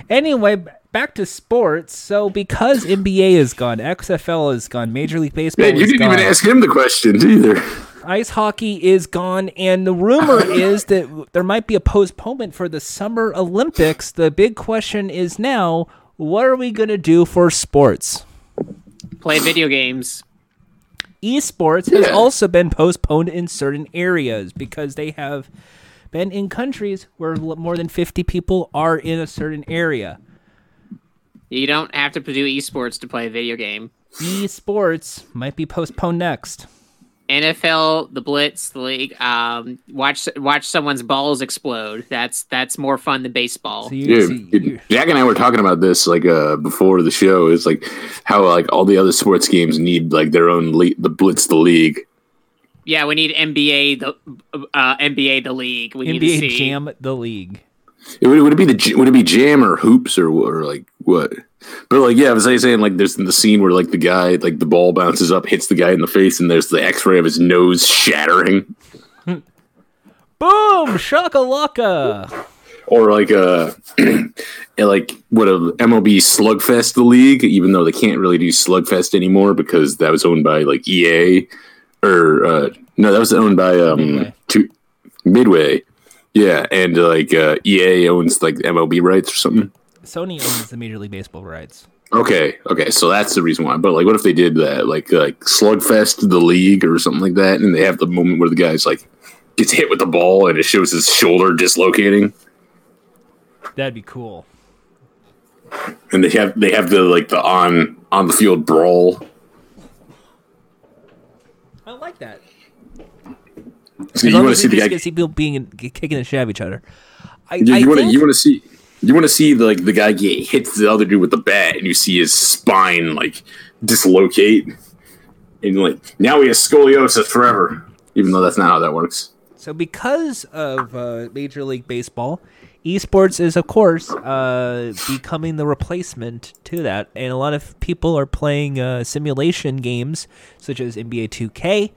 Speaker 1: Anyway, b- back to sports. So because NBA is gone, XFL is gone, Major League Baseball
Speaker 2: Man, you
Speaker 1: is
Speaker 2: didn't
Speaker 1: gone,
Speaker 2: even ask him the question either.
Speaker 1: ice hockey is gone, and the rumor is that w- there might be a postponement for the Summer Olympics. The big question is now, what are we going to do for sports?
Speaker 3: Play video games.
Speaker 1: esports has
Speaker 2: Yeah.
Speaker 1: also been postponed in certain areas because they have been in countries where l- more than 50 people are in a certain area.
Speaker 3: You don't have to do esports to play a video game.
Speaker 1: Esports might be postponed next.
Speaker 3: NFL, the Blitz League. Um, watch watch someone's balls explode. That's that's more fun than baseball.
Speaker 1: So you,
Speaker 2: Dude,
Speaker 1: so you-
Speaker 2: dude, Jack and I were talking about this like uh, before the show. Is like how like all the other sports games need like their own le- the blitz the league.
Speaker 3: yeah, we need NBA the uh, NBA the league. We need to
Speaker 1: NBA
Speaker 3: see.
Speaker 1: jam the league.
Speaker 2: It would, would it be the j- would it be jam or hoops or wh- or like what? But like yeah, I was like saying like there's the scene where like the guy like the ball bounces up, hits the guy in the face, and there's the X-ray of his nose shattering.
Speaker 1: Boom! Shakalaka!
Speaker 2: Or like a like what a MLB slugfest the league, even though they can't really do slugfest anymore because that was owned by like EA or uh, no, that was owned by um
Speaker 1: Midway.
Speaker 2: two, Midway, yeah, and like uh, EA owns like MLB rights or something.
Speaker 1: Sony owns the Major League Baseball rights.
Speaker 2: Okay, okay, so that's the reason why. But like, what if they did that, like like Slugfest, the league, or something like that, and they have the moment where the guy's like gets hit with the ball and it shows his shoulder dislocating,
Speaker 1: That'd be cool.
Speaker 2: and they have they have the like the on on the field brawl.
Speaker 1: I like that.
Speaker 2: So
Speaker 1: As
Speaker 2: you
Speaker 1: long
Speaker 2: want
Speaker 1: as
Speaker 2: to
Speaker 1: we
Speaker 2: see the
Speaker 1: just
Speaker 2: guy?
Speaker 1: get see people being kicking the shit out of each other. I,
Speaker 2: You,
Speaker 1: I
Speaker 2: you want to
Speaker 1: think-
Speaker 2: you want to see you want to see the, like the guy get hits the other dude with the bat, and you see his spine like dislocate, and like now he has scoliosis forever. Even though that's not how that works.
Speaker 1: So, because of uh, Major League Baseball, esports is, of course, uh, becoming the replacement to that. And a lot of people are playing uh, simulation games such as NBA 2K,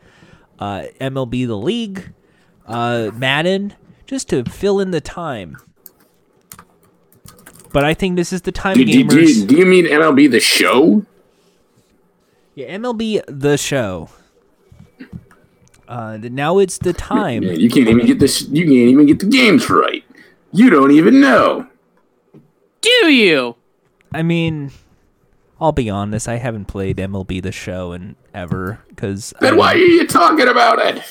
Speaker 1: uh, MLB The League, uh, Madden, just to fill in the time. But I think this is the time
Speaker 2: Do, do,
Speaker 1: gamers.
Speaker 2: do, you, do you mean MLB the show?
Speaker 1: yeah, MLB The Show. Uh, th- now it's the time.
Speaker 2: Yeah, you can't even get this. You can't even get the games right. You don't even know.
Speaker 3: Do you?
Speaker 1: I mean, I'll be honest. I haven't played MLB The Show in ever because
Speaker 2: Then why are you talking about it?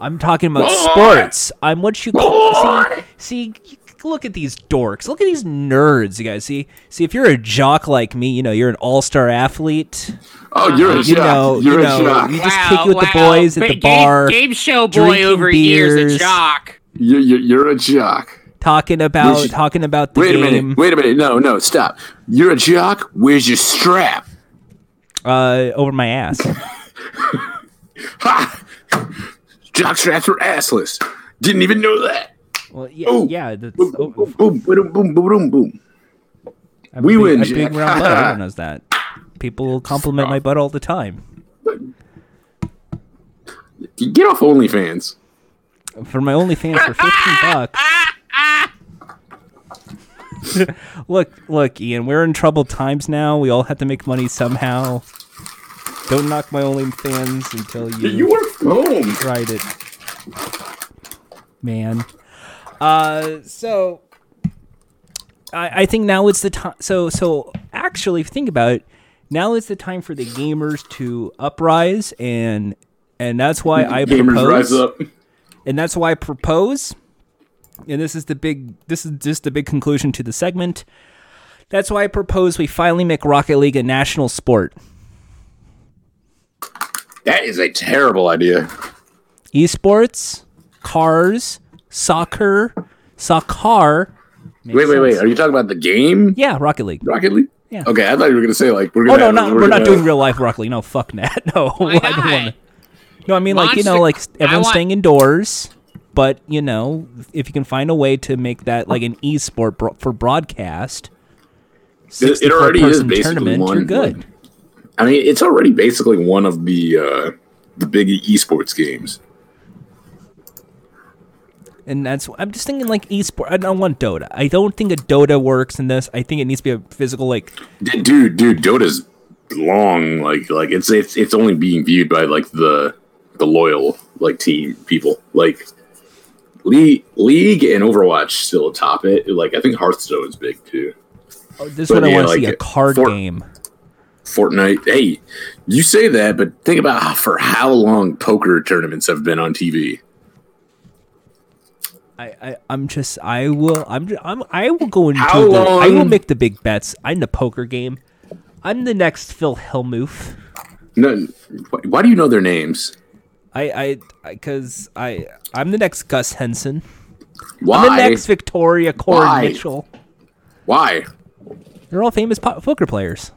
Speaker 1: I'm talking about
Speaker 2: Boy!
Speaker 1: sports. I'm what you call.
Speaker 2: Boy!
Speaker 1: See, see, look at these dorks. Look at these nerds, you guys. See, see, if you're a jock like me, you know you're an all-star athlete.
Speaker 2: Oh, you're a
Speaker 1: You
Speaker 2: jock.
Speaker 1: know,
Speaker 2: you're
Speaker 1: you
Speaker 2: a
Speaker 1: know,
Speaker 2: jock.
Speaker 1: you just kick it with the boys at
Speaker 3: Ba-
Speaker 1: the
Speaker 3: game-
Speaker 1: bar,
Speaker 3: Game, show boy
Speaker 1: drinking
Speaker 3: over here is
Speaker 1: beers.
Speaker 3: a jock.
Speaker 2: You're, you're, you're a jock.
Speaker 1: talking about
Speaker 2: Where's-
Speaker 1: talking about the
Speaker 2: Wait
Speaker 1: game.
Speaker 2: a minute. Wait a minute. No, no, stop. You're a jock. Where's your strap?
Speaker 1: uh, over my ass.
Speaker 2: Ha! Jock straps were assless. Didn't even know that.
Speaker 1: Well, yeah,
Speaker 2: Ooh.
Speaker 1: yeah. That's,
Speaker 2: Boom,
Speaker 1: oh,
Speaker 2: boom, boom, boom, boom, boom, boom, boom, boom.
Speaker 1: I'm
Speaker 2: We
Speaker 1: a big,
Speaker 2: win,
Speaker 1: I'm a big
Speaker 2: Jack.
Speaker 1: round butt. Everyone knows that. People compliment my butt all the time
Speaker 2: Get off OnlyFans.
Speaker 1: for my OnlyFans for fifteen bucks. look, look, Ian. We're in troubled times now. We all have to make money somehow. Don't knock my OnlyFans until you,
Speaker 2: You work from home.
Speaker 1: tried it, man. Uh, so I, I think now it's the time. So, so actually, if you think about it, now is the time for the gamers to uprise, and and that's why I
Speaker 2: Gamers
Speaker 1: propose,
Speaker 2: rise up.
Speaker 1: and that's why I propose. And this is the big, this is just the big conclusion to the segment. That's why I propose we finally make Rocket League a national sport.
Speaker 2: That is a terrible idea.
Speaker 1: Esports, cars, soccer, soccer.
Speaker 2: Wait, wait, wait. Are you talking about the game?
Speaker 1: Yeah, Rocket League.
Speaker 2: Rocket League?
Speaker 1: Yeah.
Speaker 2: Okay, I thought you were gonna say like we're
Speaker 1: Oh
Speaker 2: gonna.
Speaker 1: no, no,
Speaker 2: we're,
Speaker 1: we're not
Speaker 2: gonna-
Speaker 1: doing real life Rocket League. No, fuck that. No, I
Speaker 3: not?
Speaker 1: don't want. No, I mean like you know,
Speaker 3: Monster-
Speaker 1: like
Speaker 3: I
Speaker 1: everyone's
Speaker 3: want-
Speaker 1: staying indoors, but you know, if you can find a way to make that like an esport bro- for broadcast,
Speaker 2: It, it already is
Speaker 1: person
Speaker 2: basically
Speaker 1: tournament,
Speaker 2: one.
Speaker 1: you're good.
Speaker 2: I mean, it's already basically one of the uh, the big esports games.
Speaker 1: And that's I'm just thinking like esport. I don't want Dota. I don't think a Dota works in this. I think it needs to be a physical like
Speaker 2: D- Dude, dude, Dota's long. Like, like it's it's it's only being viewed by like the the loyal like team people. Like, League League and Overwatch still top it. Like, I think Hearthstone is big too.
Speaker 1: oh, this is
Speaker 2: But
Speaker 1: what I
Speaker 2: yeah,
Speaker 1: want to
Speaker 2: like
Speaker 1: see a
Speaker 2: it-
Speaker 1: card
Speaker 2: for-
Speaker 1: game.
Speaker 2: Fortnite. Hey, you say that, but think about how, for how long poker tournaments have been on TV.
Speaker 1: I, I I'm just I will I'm ju- I'm I will go into
Speaker 2: How
Speaker 1: the, I will
Speaker 2: long-
Speaker 1: make the big bets. I'm the poker game. I'm the next Phil Hellmuth.
Speaker 2: No, wh- why do you know their names?
Speaker 1: I I because I, I am the next Gus Henson.
Speaker 2: Why?
Speaker 1: I'm the next Victoria Corin
Speaker 2: Why?
Speaker 1: Mitchell.
Speaker 2: Why?
Speaker 1: They're all famous po- poker players.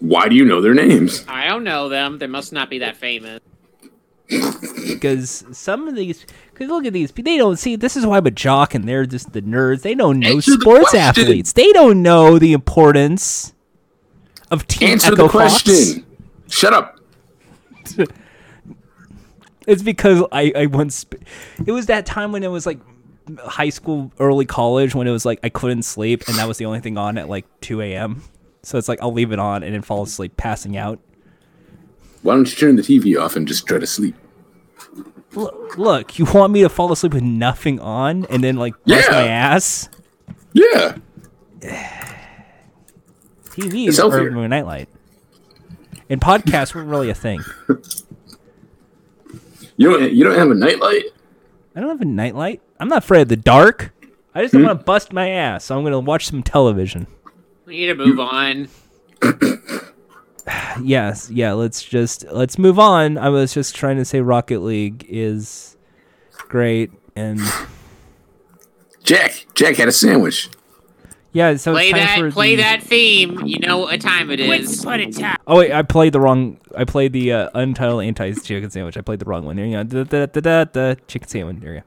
Speaker 2: Why do you know their names?
Speaker 3: I don't know them. They must not be that famous.
Speaker 1: Because some of these, because look at these, they don't see. This is why I'm a jock, and they're just the nerds. They don't know
Speaker 2: Answer the
Speaker 1: sports
Speaker 2: question.
Speaker 1: athletes. They don't know the importance of team
Speaker 2: Answer
Speaker 1: Echo
Speaker 2: the question. Shut up.
Speaker 1: It's because I, I once, it was that time when it was like high school, early college, when it was like I couldn't sleep, and that was the only thing on at like 2 a.m. So it's like I'll leave it on and then fall asleep, passing out.
Speaker 2: Why don't you turn the TV off and just try to sleep?
Speaker 1: Look, look you want me to fall asleep with nothing on and then like bust
Speaker 2: Yeah.
Speaker 1: my ass?
Speaker 2: Yeah.
Speaker 1: TVs
Speaker 2: It's
Speaker 1: are
Speaker 2: healthier.
Speaker 1: my nightlight. And podcasts weren't really a thing.
Speaker 2: You don't. You don't have a nightlight.
Speaker 1: I don't have a nightlight. I'm not afraid of the dark. I just don't
Speaker 2: Hmm?
Speaker 1: want to bust my ass, so I'm going to watch some television.
Speaker 3: We need to move on.
Speaker 1: yes yeah let's just let's move on i was just trying to say rocket league is great and
Speaker 2: Jack. Jack had a sandwich.
Speaker 1: yeah so
Speaker 3: Play
Speaker 1: it's time
Speaker 3: that.
Speaker 1: for
Speaker 3: Play
Speaker 1: the-
Speaker 3: that theme. You know what time it is.
Speaker 1: oh wait i played the wrong i played the uh, untitled anti chicken sandwich i played the wrong one there you go da, da, da, da, da, chicken sandwich there you go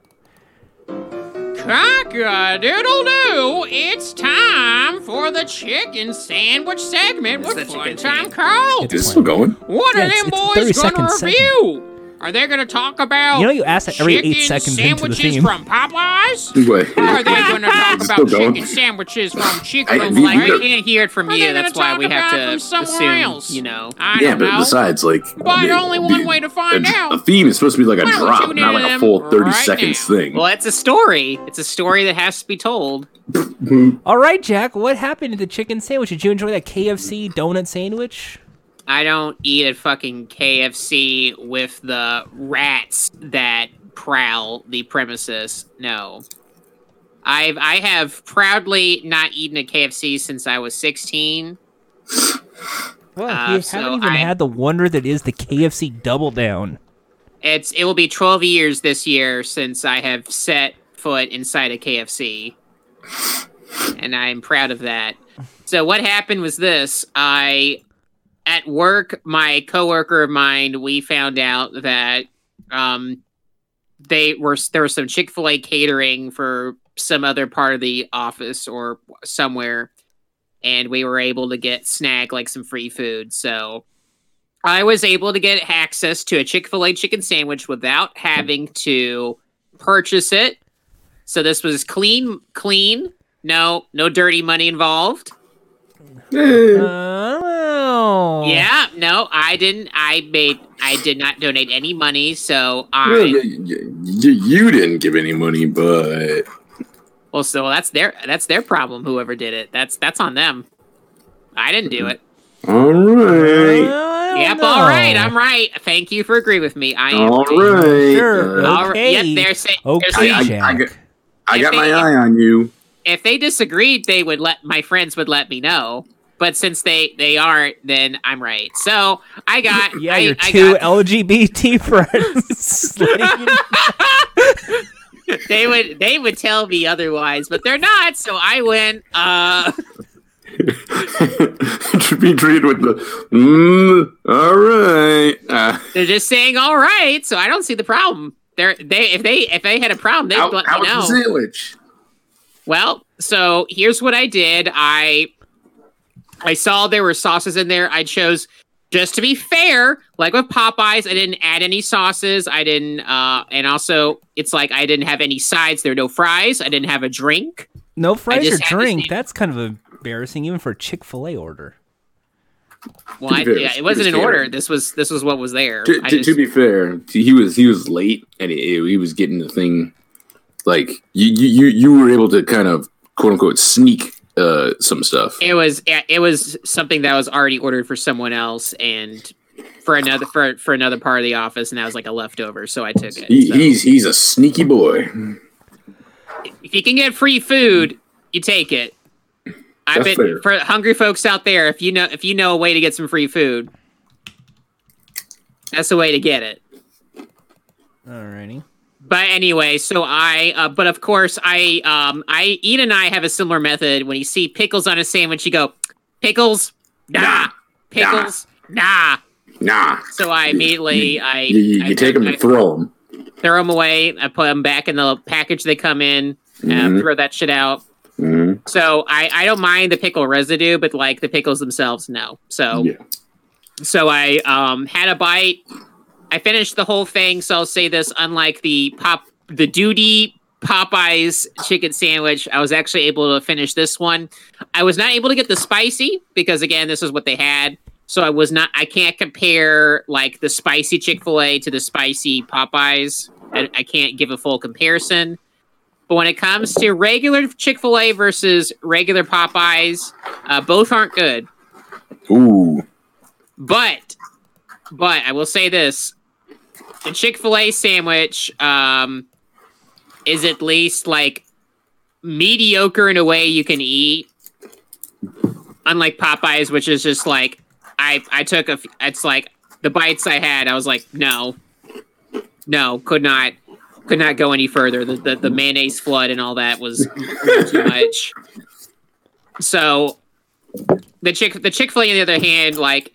Speaker 3: Cock-a-doodle doo! It's time for the chicken sandwich segment with Fun Time Carl.
Speaker 2: Is this still going?
Speaker 3: What
Speaker 1: Yeah,
Speaker 3: are
Speaker 1: it's-
Speaker 3: them
Speaker 1: it's a 30
Speaker 3: boys gonna
Speaker 1: second
Speaker 3: review? Are they gonna talk about
Speaker 1: You know you ask that every eight
Speaker 3: chicken
Speaker 1: seconds into the
Speaker 3: sandwiches
Speaker 1: theme.
Speaker 3: from Popeyes?
Speaker 2: Wait.
Speaker 3: Are they gonna talk
Speaker 2: It's
Speaker 3: about
Speaker 2: still
Speaker 3: chicken
Speaker 2: going.
Speaker 3: sandwiches from
Speaker 2: I-
Speaker 3: Chicken
Speaker 2: we- we
Speaker 3: Like?
Speaker 2: don't-
Speaker 3: can't hear it from you. That's why we have to assume. Else? You know, I
Speaker 2: Yeah,
Speaker 3: don't
Speaker 2: but
Speaker 3: know.
Speaker 2: besides, like,
Speaker 3: But only one way to find
Speaker 2: a,
Speaker 3: out.
Speaker 2: A theme is supposed to be like a
Speaker 3: Why don't we
Speaker 2: drop,
Speaker 3: tune in
Speaker 2: not
Speaker 3: to
Speaker 2: like a
Speaker 3: them
Speaker 2: full thirty
Speaker 3: right
Speaker 2: seconds
Speaker 3: now?
Speaker 2: thing.
Speaker 3: Well, it's a story. It's a story that has to be told.
Speaker 1: all right jack what happened to the chicken sandwich did you enjoy that kfc donut sandwich
Speaker 3: I don't eat at fucking KFC with the rats that prowl the premises. No. I've I have proudly not eaten a KFC since I was 16.
Speaker 1: Well,
Speaker 3: Uh,
Speaker 1: you
Speaker 3: so
Speaker 1: haven't even
Speaker 3: I-
Speaker 1: had the wonder that is the KFC Double Down.
Speaker 3: It's it will be 12 years this year since I have set foot inside a KFC. And I'm proud of that. So what happened was this, I at work my coworker of mine, we found out that um they were there was some Chick-fil-A catering for some other part of the office or somewhere and we were able to get snag like some free food. So I was able to get access to a Chick fil A chicken sandwich without having to purchase it. So this was clean, clean. No, no dirty money involved.
Speaker 1: Oh.
Speaker 3: Yeah, no, I didn't. I made, I did not donate any money. So
Speaker 2: Well,
Speaker 3: I,
Speaker 2: y- y- you, didn't give any money, but
Speaker 3: well, so that's their, that's their problem. Whoever did it, that's, that's on them. I didn't do it.
Speaker 2: all right,
Speaker 1: I don't
Speaker 3: Yep,
Speaker 1: know.
Speaker 3: all right, I'm right. Thank you for agreeing with me. I am.
Speaker 2: all
Speaker 3: right.
Speaker 2: right.
Speaker 1: Sure.
Speaker 2: Uh,
Speaker 3: All right.
Speaker 1: Okay.
Speaker 3: Yep, they're saying. They're
Speaker 1: Okay,
Speaker 3: saying
Speaker 2: I- I-
Speaker 1: Jack.
Speaker 2: I get- I got my eye on you.
Speaker 3: if they disagreed, they would let my friends would let me know. But since they they aren't, then I'm right. So I got
Speaker 1: yeah,
Speaker 3: I,
Speaker 1: your
Speaker 3: I
Speaker 1: two
Speaker 3: got-
Speaker 1: LGBT friends. Like,
Speaker 3: they would they would tell me otherwise, but they're not. So I win. Uh,
Speaker 2: Being treated with the mm, all right. Uh,
Speaker 3: they're just saying all right. So I don't see the problem. They're they if they if they had a problem, they'd
Speaker 2: out,
Speaker 3: let
Speaker 2: out
Speaker 3: me know.
Speaker 2: the sandwich.
Speaker 3: Well, so here's what I did. I I saw there were sauces in there. I chose just to be fair, like with Popeyes, I didn't add any sauces. I didn't uh and also it's like I didn't have any sides. There were no fries. I didn't have a drink.
Speaker 1: no fries or
Speaker 3: just had to
Speaker 1: drink.
Speaker 3: see-
Speaker 1: That's kind of embarrassing, even for a Chick Fil A order.
Speaker 3: Well, I,
Speaker 2: To be fair,
Speaker 3: yeah,
Speaker 2: to
Speaker 3: it wasn't
Speaker 2: be
Speaker 3: in
Speaker 2: fair.
Speaker 3: order. This was this was what was there.
Speaker 2: To,
Speaker 3: I
Speaker 2: to-
Speaker 3: just-
Speaker 2: to be fair, he was he was late and he, he was getting the thing. Like you, you, you you were able to kind of quote unquote sneak uh, some stuff.
Speaker 3: it was it was something that was already ordered for someone else and for another for for another part of the office, and that was like a leftover. So I took it.
Speaker 2: He,
Speaker 3: so.
Speaker 2: He's he's a sneaky boy.
Speaker 3: if you can get free food, you take it. I
Speaker 2: That's
Speaker 3: bet
Speaker 2: fair.
Speaker 3: for hungry folks out there, if you know if you know a way to get some free food, that's the way to get it.
Speaker 1: Alrighty.
Speaker 3: But anyway, so I uh, but of course I um I Ian and I have a similar method. When you see pickles on a sandwich, you go pickles, nah, pickles, nah.
Speaker 2: Nah,
Speaker 3: So I immediately I
Speaker 2: you, you,
Speaker 3: I
Speaker 2: you take him
Speaker 3: I
Speaker 2: and throw him.
Speaker 3: throw them away. I put them back in the package they come in.
Speaker 2: Mhm.
Speaker 3: Uh, throw that shit out.
Speaker 2: Mhm.
Speaker 3: So I, I don't mind the pickle residue, but like the pickles themselves, no. So
Speaker 2: Yeah.
Speaker 3: so I um had a bite. I finished the whole thing, so I'll say this: unlike the pop, the duty Popeyes chicken sandwich, I was actually able to finish this one. I was not able to get the spicy because again, this is what they had. So I was not. I can't compare like the spicy Chick Fil A to the spicy Popeyes. I, I can't give a full comparison. But when it comes to regular Chick Fil A versus regular Popeyes, uh, both aren't good.
Speaker 2: Ooh,
Speaker 3: But, but I will say this: the Chick Fil A sandwich um, is at least like mediocre in a way you can eat. Unlike Popeyes, which is just like I I took a f- it's like the bites I had, I was like no, no, could not could not go any further. The the, the mayonnaise flood and all that was too much. So the chick the Chick Fil A on the other hand, like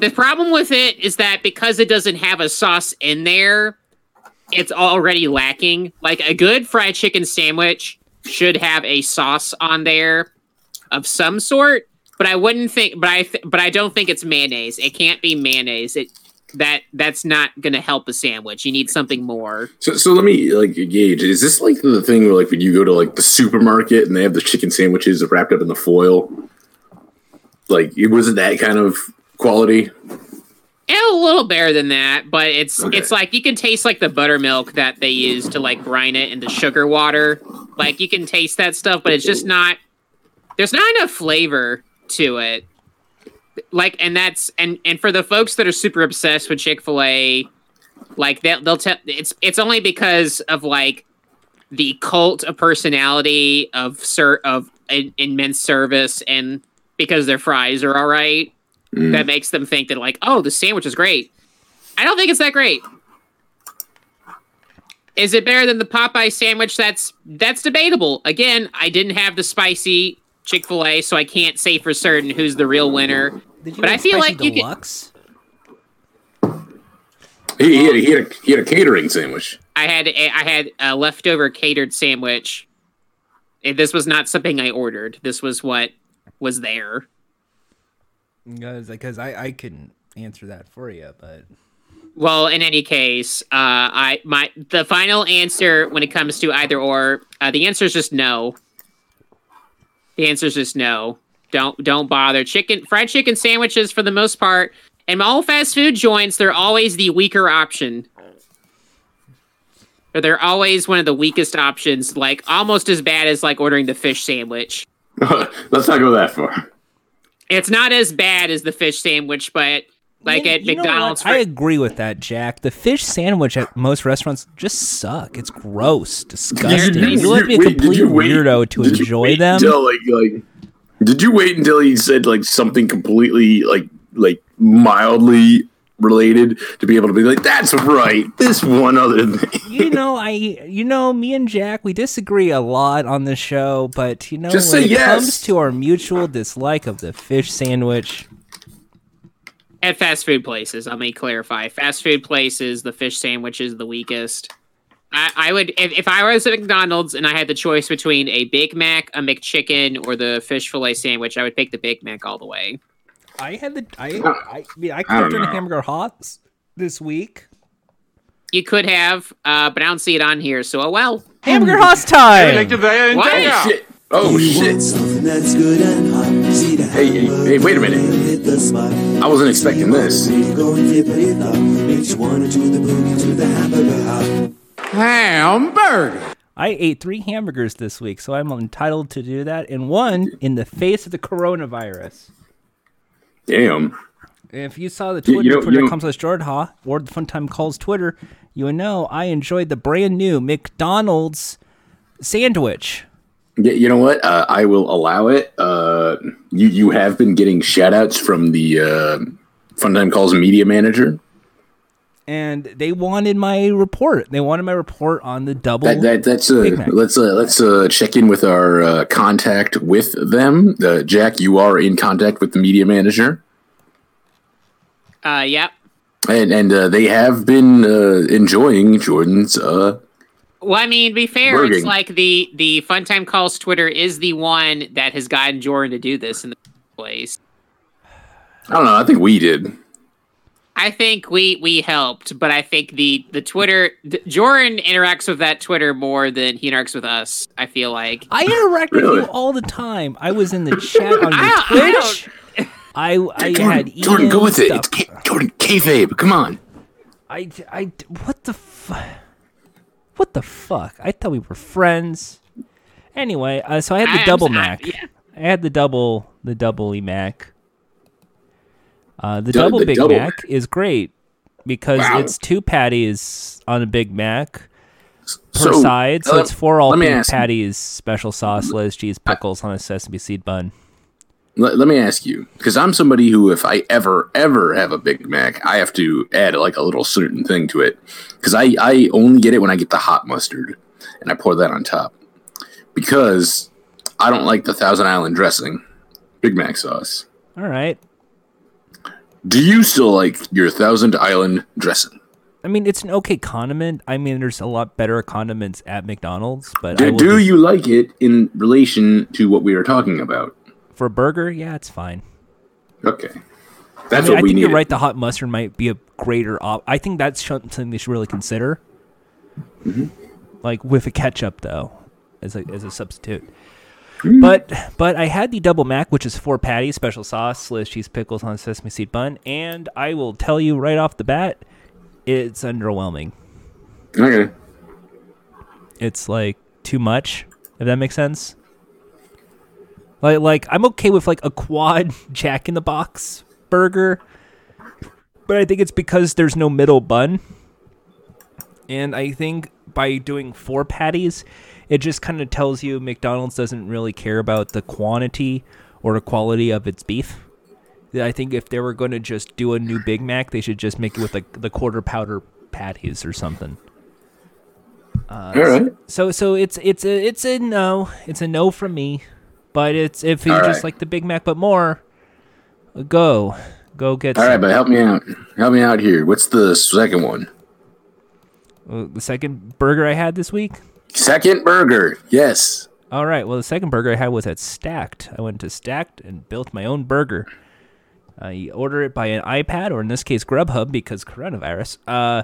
Speaker 3: the problem with it is that because it doesn't have a sauce in there, it's already lacking. Like a good fried chicken sandwich should have a sauce on there of some sort, but I wouldn't think but I th- but I don't think it's mayonnaise. It can't be mayonnaise. It that that's not going to help a sandwich. You need something more.
Speaker 2: so so let me like gauge. Is this like the thing where like when you go to like the supermarket and they have the chicken sandwiches wrapped up in the foil? Like it was it that kind of quality?
Speaker 3: And a little better than that, but it's
Speaker 2: Okay.
Speaker 3: it's like you can taste like the buttermilk that they use to like brine it and the sugar water. Like you can taste that stuff, but it's just not there's not enough flavor to it. Like and that's and and for the folks that are super obsessed with Chick-fil-A Like they'll they'll tell it's it's only because of like the cult of personality of sir of in, in men's service and because their fries are all right that makes them think that like oh the sandwich is great. I don't think it's that great. Is it better than the Popeye sandwich? That's that's debatable. Again, I didn't have the spicy Chick Fil A, so I can't say for certain who's the real winner.
Speaker 1: Did
Speaker 3: But
Speaker 1: have
Speaker 3: I feel
Speaker 1: spicy
Speaker 3: like you could-
Speaker 1: deluxe.
Speaker 2: He, he, had, he, had a, he had a catering sandwich.
Speaker 3: I had a, I had a leftover catered sandwich. And This was not something I ordered. This was what was there.
Speaker 1: Because I, I couldn't answer that for you, but
Speaker 3: Well, in any case, uh, I my the final answer when it comes to either or, uh, the answer is just no. The answer is just no. Don't don't bother. Chicken fried chicken sandwiches for the most part, and all fast food joints they're always the weaker option. Or they're always one of the weakest options, like almost as bad as like ordering the fish sandwich.
Speaker 2: Let's not go that far.
Speaker 3: It's not as bad as the fish sandwich, but like
Speaker 1: You-
Speaker 3: at
Speaker 1: you know what?
Speaker 3: McDonald's,
Speaker 1: I
Speaker 3: fr-
Speaker 1: agree with that, Jack. The fish sandwich at most restaurants just suck. It's gross, disgusting.
Speaker 3: Did
Speaker 1: You would be a
Speaker 2: wait-
Speaker 1: complete
Speaker 2: wait-
Speaker 1: weirdo to
Speaker 2: did you
Speaker 1: enjoy
Speaker 2: wait
Speaker 1: them.
Speaker 2: Until, like, like, did you wait until he said like something completely like like mildly related to be able to be like, that's right, this one other thing.
Speaker 1: You know, I, you know, me and Jack, we disagree a lot on the show, but you know,
Speaker 2: Just
Speaker 1: when
Speaker 2: say
Speaker 1: it
Speaker 2: yes.
Speaker 1: comes to our mutual dislike of the fish sandwich,
Speaker 3: At fast food places, let me clarify. Fast food places, the fish sandwich is the weakest. I, I would if, if I was at McDonald's and I had the choice between a Big Mac, a McChicken, or the fish fillet sandwich, I would pick the Big Mac all the way.
Speaker 1: I had the, I, I, I mean, I
Speaker 2: I don't
Speaker 1: cooked on a
Speaker 2: know.
Speaker 1: hamburger hot this week.
Speaker 3: You could have, uh, but I don't see it on here, so oh well.
Speaker 1: Hamburger hot's time.
Speaker 3: What?
Speaker 2: Shit. Oh shit.
Speaker 5: Something that's good and hot. See the
Speaker 2: Hey, hey, hey, wait a minute.
Speaker 5: Hit the spot.
Speaker 2: I wasn't expecting this.
Speaker 5: Go and flip it up. Bitch, wanna do the boogie to the hamburger hop.
Speaker 1: I ate three hamburgers this week, so I'm entitled to do that, and one in the face of the coronavirus.
Speaker 2: Damn.
Speaker 1: If you saw the
Speaker 2: You-
Speaker 1: Twitter,
Speaker 2: you don't- you
Speaker 1: Twitter
Speaker 2: don't-
Speaker 1: comes with Jordha, or the Funtime Calls Twitter, you would know I enjoyed the brand new McDonald's sandwich.
Speaker 2: Yeah, you know what? Uh, I will allow it. Uh, you you have been getting shout outs from the uh, Funtime Calls media manager.
Speaker 1: And they wanted my report. They wanted my report on the double.
Speaker 2: That, that that's uh,
Speaker 1: Big Mac.
Speaker 2: let's uh, let's uh, check in with our uh, contact with them. Uh, Jack, you are in contact with the media manager,
Speaker 3: Uh, yep.
Speaker 2: and and uh, they have been uh, enjoying Jordan's. Uh,
Speaker 3: Well, I mean, to be fair, it's
Speaker 2: Burging.
Speaker 3: like the the Funtime Calls Twitter is the one that has gotten Jordan to do this in the place.
Speaker 2: I don't know. I think we did.
Speaker 3: I think we we helped, but I think the the Twitter th- Jordan interacts with that Twitter more than he interacts with us. I feel like
Speaker 1: I interact with
Speaker 2: Really?
Speaker 1: you all the time. I was in the chat on
Speaker 3: I
Speaker 1: the
Speaker 3: don't- I
Speaker 1: Twitch. I, I, had
Speaker 2: Jordan, Jordan,
Speaker 1: Ian
Speaker 2: go with it. It's
Speaker 1: stuff.
Speaker 2: K- Jordan kayfabe. Come on.
Speaker 1: I, I, what the fuck? What the fuck? I thought we were friends. Anyway, uh, so I had the
Speaker 3: I- I'm
Speaker 1: double
Speaker 3: s- I-
Speaker 1: Mac. I,
Speaker 3: yeah.
Speaker 1: had the double, the double Mac. Uh, the
Speaker 2: Du-
Speaker 1: double
Speaker 2: the
Speaker 1: Big
Speaker 2: double-
Speaker 1: Mac is great because
Speaker 2: Wow.
Speaker 1: it's two patties on a Big Mac per
Speaker 2: So,
Speaker 1: side, so
Speaker 2: uh,
Speaker 1: it's four all
Speaker 2: let me
Speaker 1: beef
Speaker 2: ask-
Speaker 1: patties, special sauce, lettuce, cheese, pickles on a sesame seed bun.
Speaker 2: Let, let me ask you, because I'm somebody who, if I ever ever have a Big Mac, I have to add like a little certain thing to it, because I I only get it when I get the hot mustard, and I pour that on top, because I don't like the Thousand Island dressing, Big Mac sauce.
Speaker 1: All right.
Speaker 2: Do you still like your Thousand Island dressing?
Speaker 1: I mean, it's an okay condiment. I mean, there's a lot better condiments at McDonald's, but I
Speaker 2: Do,
Speaker 1: will
Speaker 2: do
Speaker 1: just-
Speaker 2: you like it in relation to what we are talking about?
Speaker 1: for a burger, yeah, it's fine.
Speaker 2: Okay, that's
Speaker 1: I, mean,
Speaker 2: what
Speaker 1: I
Speaker 2: we
Speaker 1: think
Speaker 2: need.
Speaker 1: you're right. The hot mustard might be a greater op. I think that's something they should really consider.
Speaker 2: Mm-hmm.
Speaker 1: Like with a ketchup, though, as a as a substitute.
Speaker 2: Mm-hmm.
Speaker 1: But but I had the double mac, which is four patties, special sauce, lettuce, cheese, pickles on a sesame seed bun, and I will tell you right off the bat, it's underwhelming.
Speaker 2: Okay.
Speaker 1: It's like too much. If that makes sense. Like like I'm okay with like a quad Jack in the Box burger, but I think it's because there's no middle bun. And I think by doing four patties, it just kind of tells you McDonald's doesn't really care about the quantity or the quality of its beef. I think if they were going to just do a new Big Mac, they should just make it with like the quarter powder patties or something. uh,
Speaker 2: All right.
Speaker 1: So so it's it's a it's a no. It's a no from me. But it's if you
Speaker 2: All
Speaker 1: just
Speaker 2: right.
Speaker 1: like the Big Mac but more, go. Go get
Speaker 2: All
Speaker 1: some.
Speaker 2: right, but help me out. Help me out here. What's the second one?
Speaker 1: Uh, the second burger I had this week.
Speaker 2: Second burger. Yes.
Speaker 1: All right. Well, the second burger I had was at Stacked. I went to Stacked and built my own burger. Uh, you order it by an iPad, or in this case, Grubhub, because coronavirus. Uh,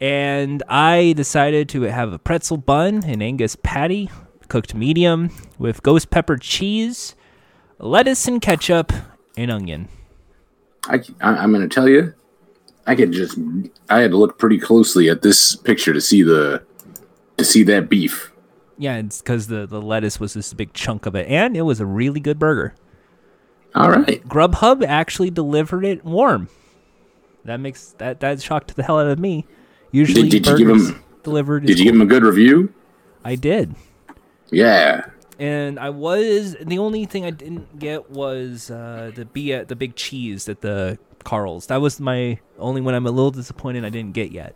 Speaker 1: and I decided to have a pretzel bun, an Angus patty, cooked medium, with ghost pepper cheese, lettuce and ketchup, and onion.
Speaker 2: I, am going to tell you, I could just. I had to look pretty closely at this picture to see the, to see that beef.
Speaker 1: Yeah, it's because the, the lettuce was just a big chunk of it, and it was a really good burger.
Speaker 2: All right.
Speaker 1: Grubhub actually delivered it warm. That makes that that shocked the hell out of me. Usually,
Speaker 2: did you give
Speaker 1: burgers
Speaker 2: him-
Speaker 1: delivered?
Speaker 2: Did you give him a good review?
Speaker 1: I did,
Speaker 2: Yeah.
Speaker 1: and I was the only thing I didn't get was uh, the be the big cheese at the Carl's. That was my only one. I'm a little disappointed I didn't get yet.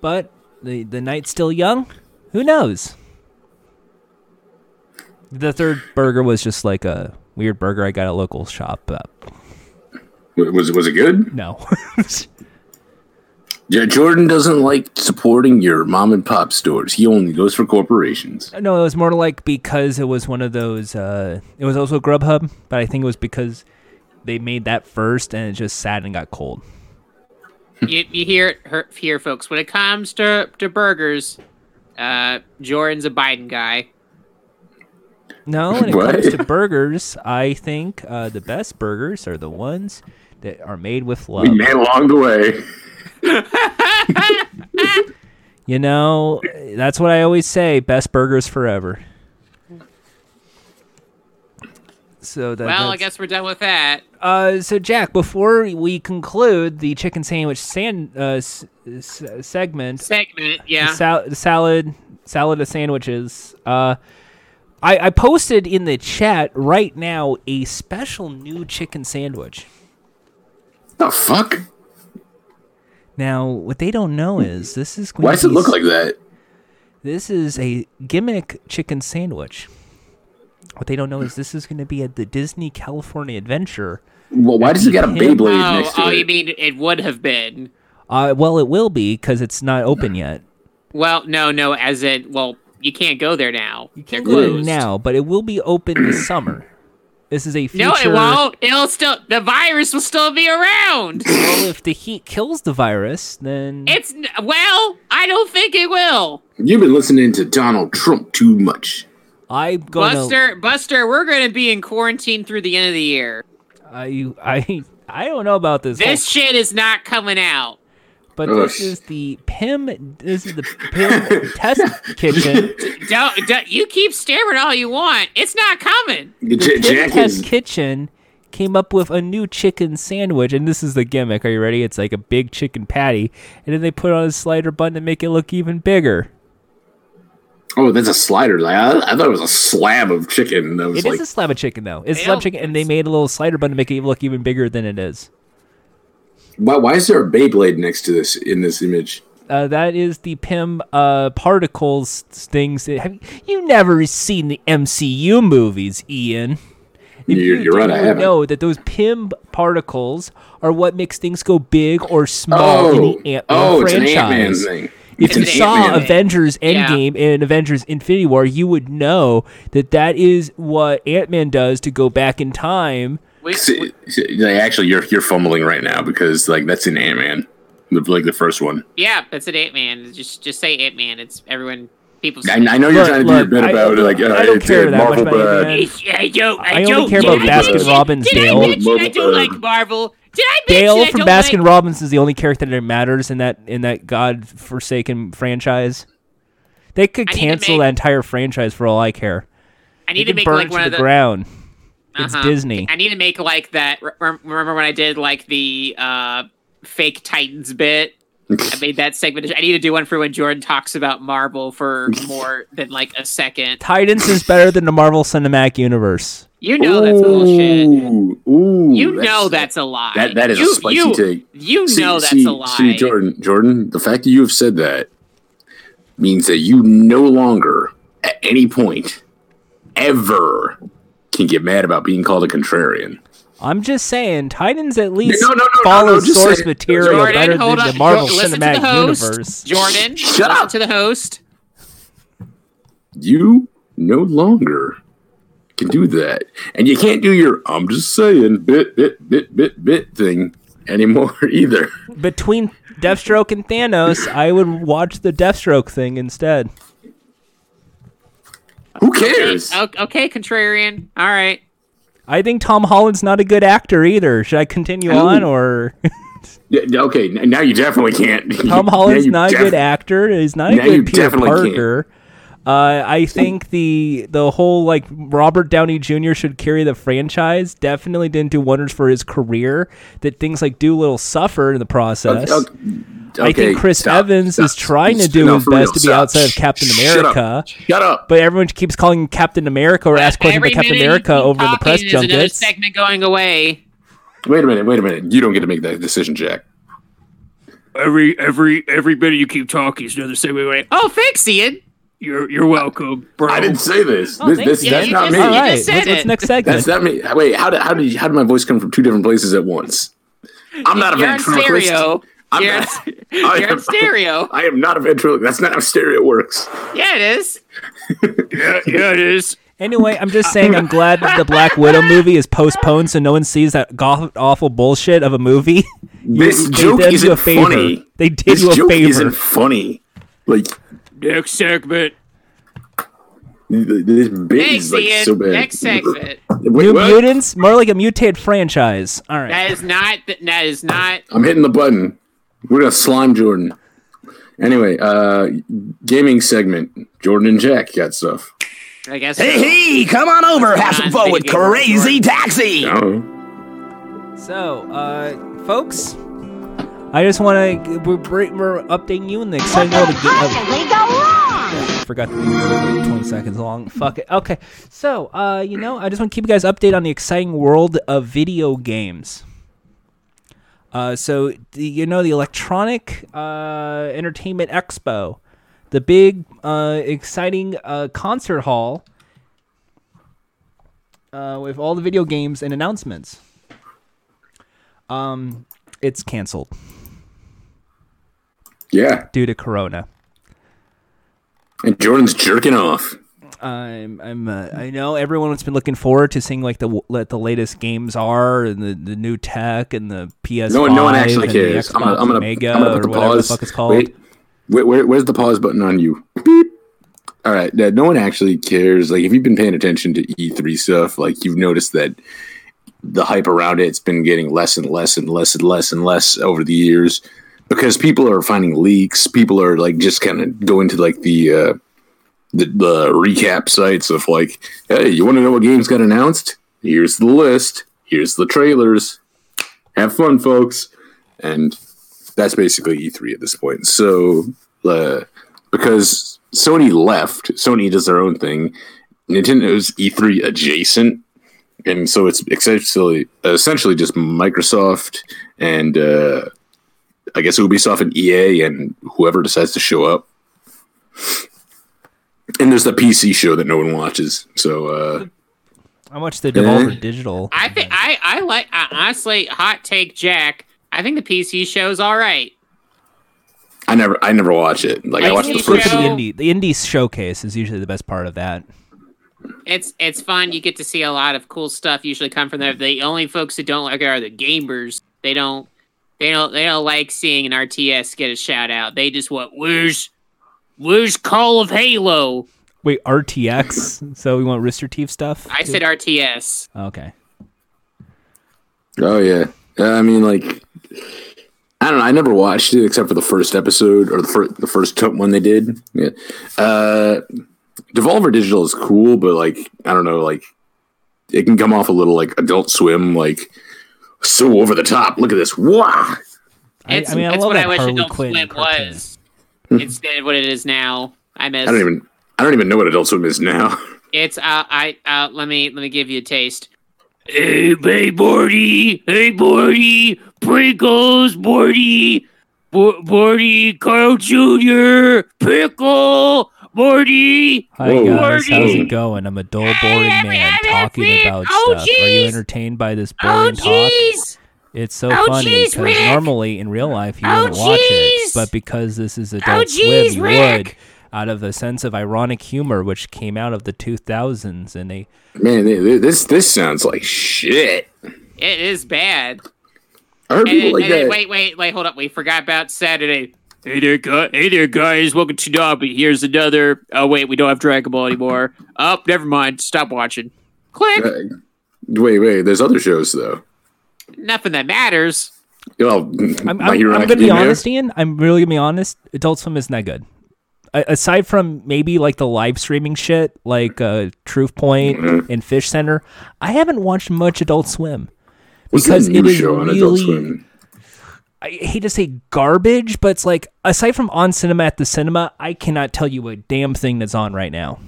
Speaker 1: But the the night's still young. Who knows? The third burger was just like a weird burger I got at a local shop. Uh,
Speaker 2: W- Was was it good?
Speaker 1: no.
Speaker 2: Yeah, Jordan doesn't like supporting your mom and pop stores. He only goes for corporations.
Speaker 1: No, it was more like because it was one of those. Uh, it was also Grubhub, but I think it was because they made that first, and it just sat and got cold.
Speaker 3: you, you hear it her, here, folks. When it comes to, to burgers, uh, Jordan's a Biden guy.
Speaker 1: No, when it
Speaker 2: What?
Speaker 1: comes to burgers, I think uh, the best burgers are the ones that are made with love.
Speaker 2: We met along the way.
Speaker 1: You know, that's what I always say: best burgers forever. So that,
Speaker 3: Well, I
Speaker 1: that's-
Speaker 3: guess we're done with that.
Speaker 1: Uh, so Jack, before we conclude the chicken sandwich san- uh, s- s- segment,
Speaker 3: Segment, yeah.
Speaker 1: sal- the salad salad of sandwiches. Uh, I, I posted in the chat right now a special new chicken sandwich.
Speaker 2: The fuck?
Speaker 1: Now, what they don't know is this is going
Speaker 2: Why
Speaker 1: to
Speaker 2: does it
Speaker 1: be
Speaker 2: look
Speaker 1: s-
Speaker 2: like that?
Speaker 1: this is a gimmick chicken sandwich. What they don't know is this is going to be at the Disney California Adventure.
Speaker 2: Well, why does it got a Beyblade
Speaker 3: Oh,
Speaker 2: next to
Speaker 3: oh,
Speaker 2: it?
Speaker 3: you mean it would have been?
Speaker 1: Uh, well, it will be because it's not open yet.
Speaker 3: Well, no, no. As in, well, you can't go there now. You
Speaker 1: Can't
Speaker 3: They're
Speaker 1: go
Speaker 3: closed.
Speaker 1: now, but it will be open this summer. This is a future.
Speaker 3: No, it won't. It'll still. The virus will still be around.
Speaker 1: Well, if the heat kills the virus, then
Speaker 3: it's n- well. I don't think it will.
Speaker 2: You've been listening to Donald Trump too much.
Speaker 1: I'm gonna.
Speaker 3: Buster, Buster, we're going to be in quarantine through the end of the year.
Speaker 1: I I I don't know about this,
Speaker 3: This shit is not coming out.
Speaker 1: whole- but
Speaker 2: Ugh.
Speaker 1: this is the Pim. This is the Pim test kitchen.
Speaker 3: Don't, don't you keep staring all you want. It's not coming.
Speaker 2: J-
Speaker 1: Pim
Speaker 2: Jack
Speaker 1: test
Speaker 2: is
Speaker 1: kitchen came up with a new chicken sandwich, and this is the gimmick. Are you ready? It's like a big chicken patty, and then they put on a slider bun to make it look even bigger.
Speaker 2: Oh, that's a slider. Like I, I thought it was a slab of chicken. That
Speaker 1: It
Speaker 2: was
Speaker 1: is
Speaker 2: like
Speaker 1: a slab of chicken though. It's
Speaker 3: They
Speaker 1: slab
Speaker 3: don't-
Speaker 1: chicken, and they made a little slider bun to make it look even bigger than it is.
Speaker 2: why, why is there a Beyblade next to this in this image?
Speaker 1: Uh, that is the Pym uh, particles things. That have you never seen the MCU movies, Ian? If
Speaker 2: You're- you're right, I
Speaker 1: didn't
Speaker 2: haven't.
Speaker 1: Know that those Pym particles are what what makes things go big or small
Speaker 2: Oh,
Speaker 1: in the Ant Man
Speaker 2: oh, it's an
Speaker 1: franchise.
Speaker 2: Ant Man thing.
Speaker 1: If
Speaker 2: It's
Speaker 1: you
Speaker 2: an
Speaker 1: saw
Speaker 2: Ant-Man.
Speaker 1: Avengers
Speaker 3: Yeah.
Speaker 1: Endgame and Avengers Infinity War, you would know that that is what Ant Man does to go back in time.
Speaker 3: We,
Speaker 2: See- see, like, actually, you're you're fumbling right now because like that's an Ant Man, like the first one.
Speaker 3: yeah, that's an Ant Man. Just just say Ant Man. It's everyone. People.
Speaker 2: I, I know you're
Speaker 1: Look,
Speaker 2: trying to
Speaker 1: look,
Speaker 2: do your bit
Speaker 1: I-
Speaker 2: about like uh,
Speaker 1: I don't
Speaker 2: it's
Speaker 1: care
Speaker 2: uh,
Speaker 1: that much
Speaker 2: Marvel,
Speaker 1: about
Speaker 2: but
Speaker 1: Ant-Man.
Speaker 3: I don't. I,
Speaker 1: I only
Speaker 3: don't
Speaker 1: care about
Speaker 3: Did I
Speaker 1: Baskin
Speaker 3: mention-
Speaker 1: Robbins,
Speaker 3: Did
Speaker 1: Dale.
Speaker 3: I mention I
Speaker 2: Mobile,
Speaker 3: don't
Speaker 2: uh,
Speaker 3: like Marvel? Did I mention
Speaker 1: Dale
Speaker 3: I
Speaker 1: from
Speaker 3: don't
Speaker 1: Baskin
Speaker 3: like...
Speaker 1: Robbins is the only character that matters in that in that god-forsaken franchise. They could
Speaker 3: I need to
Speaker 1: cancel
Speaker 3: make-
Speaker 1: that entire franchise for all I care.
Speaker 3: I need
Speaker 1: they
Speaker 3: to
Speaker 1: could
Speaker 3: make
Speaker 1: burn
Speaker 3: like
Speaker 1: it
Speaker 3: one
Speaker 1: to
Speaker 3: of
Speaker 1: the
Speaker 3: the.
Speaker 1: ground. It's
Speaker 3: Uh-huh.
Speaker 1: Disney.
Speaker 3: I need to make like that. re- Remember when I did like the uh fake Titans bit? I made that segment. I need to do one for when Jordan talks about Marvel for more than like a second.
Speaker 1: Titans is better than the Marvel Cinematic Universe.
Speaker 3: You know that's bullshit.
Speaker 2: Ooh, ooh,
Speaker 3: You
Speaker 2: that's-
Speaker 3: know that's a lie.
Speaker 2: that- that is a
Speaker 3: you,
Speaker 2: spicy
Speaker 3: you,
Speaker 2: take.
Speaker 3: You
Speaker 2: See-
Speaker 3: know that's
Speaker 2: see-
Speaker 3: a lie.
Speaker 2: See, Jordan, Jordan, the fact that you have said that means that you no longer, at any point, ever can get mad about being called a contrarian.
Speaker 1: I'm just saying, Titans at least
Speaker 2: No, no, no, no,
Speaker 1: follows
Speaker 2: no, just
Speaker 1: source
Speaker 2: say it.
Speaker 1: material
Speaker 3: Jordan,
Speaker 1: better
Speaker 3: hold
Speaker 1: than the
Speaker 3: on.
Speaker 1: Marvel
Speaker 3: Jordan, listen to the
Speaker 1: Cinematic
Speaker 3: host.
Speaker 1: Universe.
Speaker 3: Jordan,
Speaker 2: Shut
Speaker 3: listen
Speaker 2: up.
Speaker 3: to the host.
Speaker 2: You no longer can do that, and you can't do your "I'm just saying" bit, bit, bit, bit, bit thing anymore either.
Speaker 1: Between Deathstroke and Thanos, I would watch the Deathstroke thing instead.
Speaker 2: Who cares?
Speaker 3: O- Okay, contrarian. All right.
Speaker 1: I think Tom Holland's not a good actor either. Should I continue on or
Speaker 2: Yeah, okay, n- now you definitely can't.
Speaker 1: Tom
Speaker 2: Now
Speaker 1: Holland's
Speaker 2: you
Speaker 1: not a good
Speaker 2: def-
Speaker 1: actor. He's not a
Speaker 2: Now you
Speaker 1: good Peter
Speaker 2: definitely can't.
Speaker 1: Parker. Uh, I think the the whole like Robert Downey Jr. should carry the franchise. Definitely didn't do wonders for his career. That things like Doolittle suffer in the process.
Speaker 2: Okay,
Speaker 1: I think Chris
Speaker 2: stop,
Speaker 1: Evans
Speaker 2: stop.
Speaker 1: is trying to
Speaker 2: Stop.
Speaker 1: do
Speaker 2: No,
Speaker 1: his
Speaker 2: for real,
Speaker 1: best to be
Speaker 2: stop.
Speaker 1: outside of
Speaker 2: Shh,
Speaker 1: Captain
Speaker 2: shh,
Speaker 1: America.
Speaker 2: Shut up. Shut up.
Speaker 1: But everyone keeps calling him Captain America or ask questions
Speaker 3: Every
Speaker 1: about Captain
Speaker 3: minute you
Speaker 1: America
Speaker 3: keep
Speaker 1: over in the
Speaker 3: talking,
Speaker 1: press
Speaker 3: there's Another
Speaker 1: junkets.
Speaker 3: segment going away.
Speaker 2: Wait a minute, wait a minute. You don't get to make that decision, Jack.
Speaker 6: Every every every bit of you keep talking is another segue away.
Speaker 3: Oh, thanks, Ian.
Speaker 6: You're you're welcome, bro.
Speaker 2: I didn't say this.
Speaker 3: Oh,
Speaker 2: this,
Speaker 3: thank
Speaker 2: this
Speaker 3: you.
Speaker 2: that's
Speaker 3: You
Speaker 2: not me.
Speaker 3: just-
Speaker 1: All
Speaker 3: you
Speaker 1: right,
Speaker 3: just
Speaker 1: what's,
Speaker 3: said
Speaker 1: what's
Speaker 3: it.
Speaker 1: next segment?
Speaker 2: That's not me. Wait, how did how did you, how did my voice come from two different places at once? I'm not a
Speaker 3: You're on
Speaker 2: ventriloquist.
Speaker 3: stereo.
Speaker 2: I'm
Speaker 3: You're, on-
Speaker 2: not- I
Speaker 3: you're
Speaker 2: am-
Speaker 3: on stereo.
Speaker 2: I am not a ventriloquist. That's not how stereo works.
Speaker 3: Yeah, it is.
Speaker 6: Yeah, yeah, it is.
Speaker 1: Anyway, I'm just saying I'm glad that the Black Widow movie is postponed so no one sees that goth awful bullshit of a movie.
Speaker 2: This
Speaker 1: they
Speaker 2: joke
Speaker 1: did you
Speaker 2: isn't
Speaker 1: a favor.
Speaker 2: funny.
Speaker 1: They did
Speaker 2: this
Speaker 1: you a
Speaker 2: joke
Speaker 1: favor.
Speaker 2: isn't funny. Like
Speaker 6: Next segment.
Speaker 2: th- th- this bit
Speaker 3: Thanks,
Speaker 2: is like
Speaker 3: Ian.
Speaker 2: so bad.
Speaker 3: Next segment.
Speaker 2: Wait,
Speaker 1: New
Speaker 2: what?
Speaker 1: Mutants, more like a mutated franchise. All right.
Speaker 3: That is not. That is not.
Speaker 2: I'm hitting the button. We're gonna slime Jordan. Anyway, uh gaming segment. Jordan and Jack got stuff.
Speaker 3: I guess.
Speaker 7: Hey, come on over, have some fun with Crazy Taxi.
Speaker 2: Oh.
Speaker 1: So, uh, folks, I just want to we're, br- we're updating you in the exciting world of. Ga-
Speaker 8: possibly go wrong?
Speaker 1: oh, forgot to be 20 seconds long. Fuck it. Okay, so uh, you know, I just want to keep you guys updated on the exciting world of video games. Uh, so the, you know the Electronic uh, Entertainment Expo, the big uh, exciting uh, concert hall uh, with all the video games and announcements. Um, it's canceled
Speaker 2: Yeah.
Speaker 1: due to Corona.
Speaker 2: And Jordan's jerking off.
Speaker 1: I'm, I'm, uh, I know everyone's been looking forward to seeing like the what the latest games are and the, the new tech and the PS.
Speaker 2: No one, no one actually
Speaker 1: and
Speaker 2: cares.
Speaker 1: The
Speaker 2: I'm
Speaker 1: Xbox
Speaker 2: gonna, I'm gonna, I'm
Speaker 1: Omega
Speaker 2: gonna put the
Speaker 1: or whatever
Speaker 2: pause.
Speaker 1: the fuck it's called.
Speaker 2: Wait, where, where, where's the pause button on you? Beep. All right, yeah, no one actually cares. Like, if you've been paying attention to E3 stuff, like you've noticed that the hype around it's been getting less and less and less and less and less over the years because people are finding leaks. People are like just kind of going to like the uh, the, the recap sites of like, hey, you want to know what games got announced? Here's the list. Here's the trailers. Have fun, folks. And that's basically E3 at this point. So uh, because Sony left, Sony does their own thing. Nintendo's E3 adjacent, and so it's essentially essentially just Microsoft and uh, I guess Ubisoft and EA and whoever decides to show up. And there's the PC show that no one watches. So uh,
Speaker 1: I watched the Devolver
Speaker 2: Eh?
Speaker 1: Digital.
Speaker 3: I think I. I like. I, honestly, hot take, Jack. I think the PC show's all right.
Speaker 2: I never I never watch it. Like I
Speaker 3: I
Speaker 2: watch
Speaker 3: see
Speaker 2: the
Speaker 3: you
Speaker 1: Look
Speaker 2: first.
Speaker 1: at the
Speaker 3: show.
Speaker 1: indie. The indie showcase is usually the best part of that.
Speaker 3: It's it's fun. You get to see a lot of cool stuff. Usually come from there. The only folks who don't like it are the gamers. They don't. They don't. They don't like seeing an RTS get a shout out. They just want where's where's Call of Halo.
Speaker 1: Wait, RTX. so we want Rooster Teeth stuff.
Speaker 3: I said RTS.
Speaker 1: okay.
Speaker 2: Oh yeah, Yeah, I mean like I don't know. I never watched it except for the first episode or the first the first to- one they did. Yeah. Uh, Devolver Digital is cool, but like I don't know, like it can come off a little like Adult Swim, like so over the top. Look at this, wow.
Speaker 1: I,
Speaker 3: It's,
Speaker 1: I mean, I
Speaker 3: that's
Speaker 1: love
Speaker 3: what
Speaker 1: that
Speaker 3: I wish
Speaker 1: Harley
Speaker 3: Adult
Speaker 1: Quinn
Speaker 3: Swim
Speaker 1: cartoon.
Speaker 3: was instead of what it is now. I miss.
Speaker 2: Hmm. I don't even I don't even know what Adult Swim is now.
Speaker 3: It's uh, I uh, let me let me give you a taste.
Speaker 6: Hey, hey, Morty! Hey, Morty! Prinkles, Morty! Bo- Morty, Carl Jr., Pickle, Morty!
Speaker 1: Hi
Speaker 2: Whoa.
Speaker 1: guys, how's
Speaker 2: Morty.
Speaker 1: it going? I'm a dull,
Speaker 3: Hey,
Speaker 1: boring
Speaker 3: every-
Speaker 1: man
Speaker 3: every-
Speaker 1: talking
Speaker 3: every-
Speaker 1: about
Speaker 3: oh,
Speaker 1: stuff. Are you
Speaker 3: jeez.
Speaker 1: entertained by this
Speaker 3: Oh
Speaker 1: boring talk?
Speaker 3: jeez!
Speaker 1: It's so
Speaker 3: Oh,
Speaker 1: funny
Speaker 3: jeez,
Speaker 1: because
Speaker 3: Rick!
Speaker 1: normally in real life you
Speaker 3: Oh,
Speaker 1: wouldn't watch it,
Speaker 3: jeez!
Speaker 1: but because this is Adult
Speaker 3: Oh, jeez,
Speaker 1: Swim, you would.
Speaker 3: Rick!
Speaker 1: Out of a sense of ironic humor, which came out of the 2000s, and they
Speaker 2: Man, th- th- this this sounds like shit.
Speaker 3: It is bad.
Speaker 2: I heard
Speaker 3: And,
Speaker 2: people like
Speaker 3: and-
Speaker 2: that.
Speaker 3: wait, wait, wait, hold up. We forgot about Saturday.
Speaker 6: Hey there, guy. Hey there, guys. Welcome to Dobby. Here's another. Oh wait, we don't have Dragon Ball anymore. Oh, never mind. Stop watching.
Speaker 3: Click.
Speaker 2: Uh, wait, wait. There's other shows though.
Speaker 3: Nothing that matters.
Speaker 2: Well,
Speaker 1: I'm,
Speaker 2: My
Speaker 1: I'm,
Speaker 2: Hero
Speaker 1: I'm gonna be
Speaker 2: Academia.
Speaker 1: honest, Ian. I'm really gonna be honest. Adult Swim isn't that good. A- aside from maybe like the live streaming shit, like uh, Truth Point and Fish Center, I haven't watched much Adult Swim.
Speaker 2: What's
Speaker 1: because
Speaker 2: that
Speaker 1: it
Speaker 2: new
Speaker 1: is
Speaker 2: show on Adult
Speaker 1: really-
Speaker 2: Swim?
Speaker 1: I hate to say garbage, but it's like aside from on cinema at the cinema, I cannot tell you a damn thing that's on right now.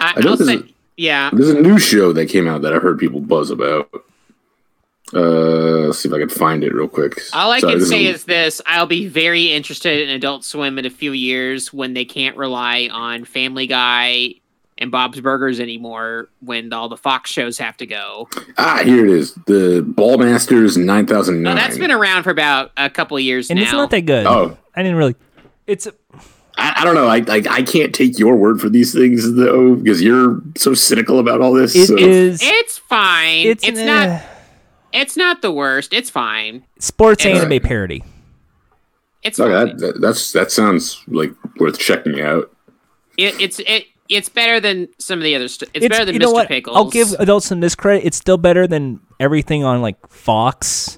Speaker 3: I,
Speaker 2: I know
Speaker 3: will
Speaker 2: this
Speaker 3: say,
Speaker 2: is-
Speaker 3: yeah.
Speaker 2: There's a new show that came out that I heard people buzz about. Uh, let's see if I can find it real quick.
Speaker 3: All I
Speaker 2: Sorry,
Speaker 3: can
Speaker 2: this
Speaker 3: say is this: I'll be very interested in Adult Swim in a few years when they can't rely on Family Guy and Bob's Burgers anymore. When all the Fox shows have to go.
Speaker 2: ah, here it is. The Ballmasters 9009.
Speaker 3: No, Oh, that's been around for about a couple years
Speaker 1: And
Speaker 3: now.
Speaker 1: it's not that good.
Speaker 2: Oh.
Speaker 1: I didn't really. It's
Speaker 2: I, I don't know. I, I I can't take your word for these things though, because you're so cynical about all this.
Speaker 1: it
Speaker 2: so.
Speaker 1: is.
Speaker 3: It's fine. It's,
Speaker 1: It's, eh,
Speaker 3: not. It's not the worst. It's fine.
Speaker 1: sports
Speaker 3: it's-
Speaker 1: anime parody.
Speaker 3: It's
Speaker 2: Okay,
Speaker 3: fine.
Speaker 2: that, that, that's that sounds like worth checking out.
Speaker 3: It, it's it. It's better than some of the other stuff. It's, better than
Speaker 1: you know
Speaker 3: Mr.
Speaker 1: what?
Speaker 3: Pickles.
Speaker 1: I'll give adults some discredit. It's still better than everything on like Fox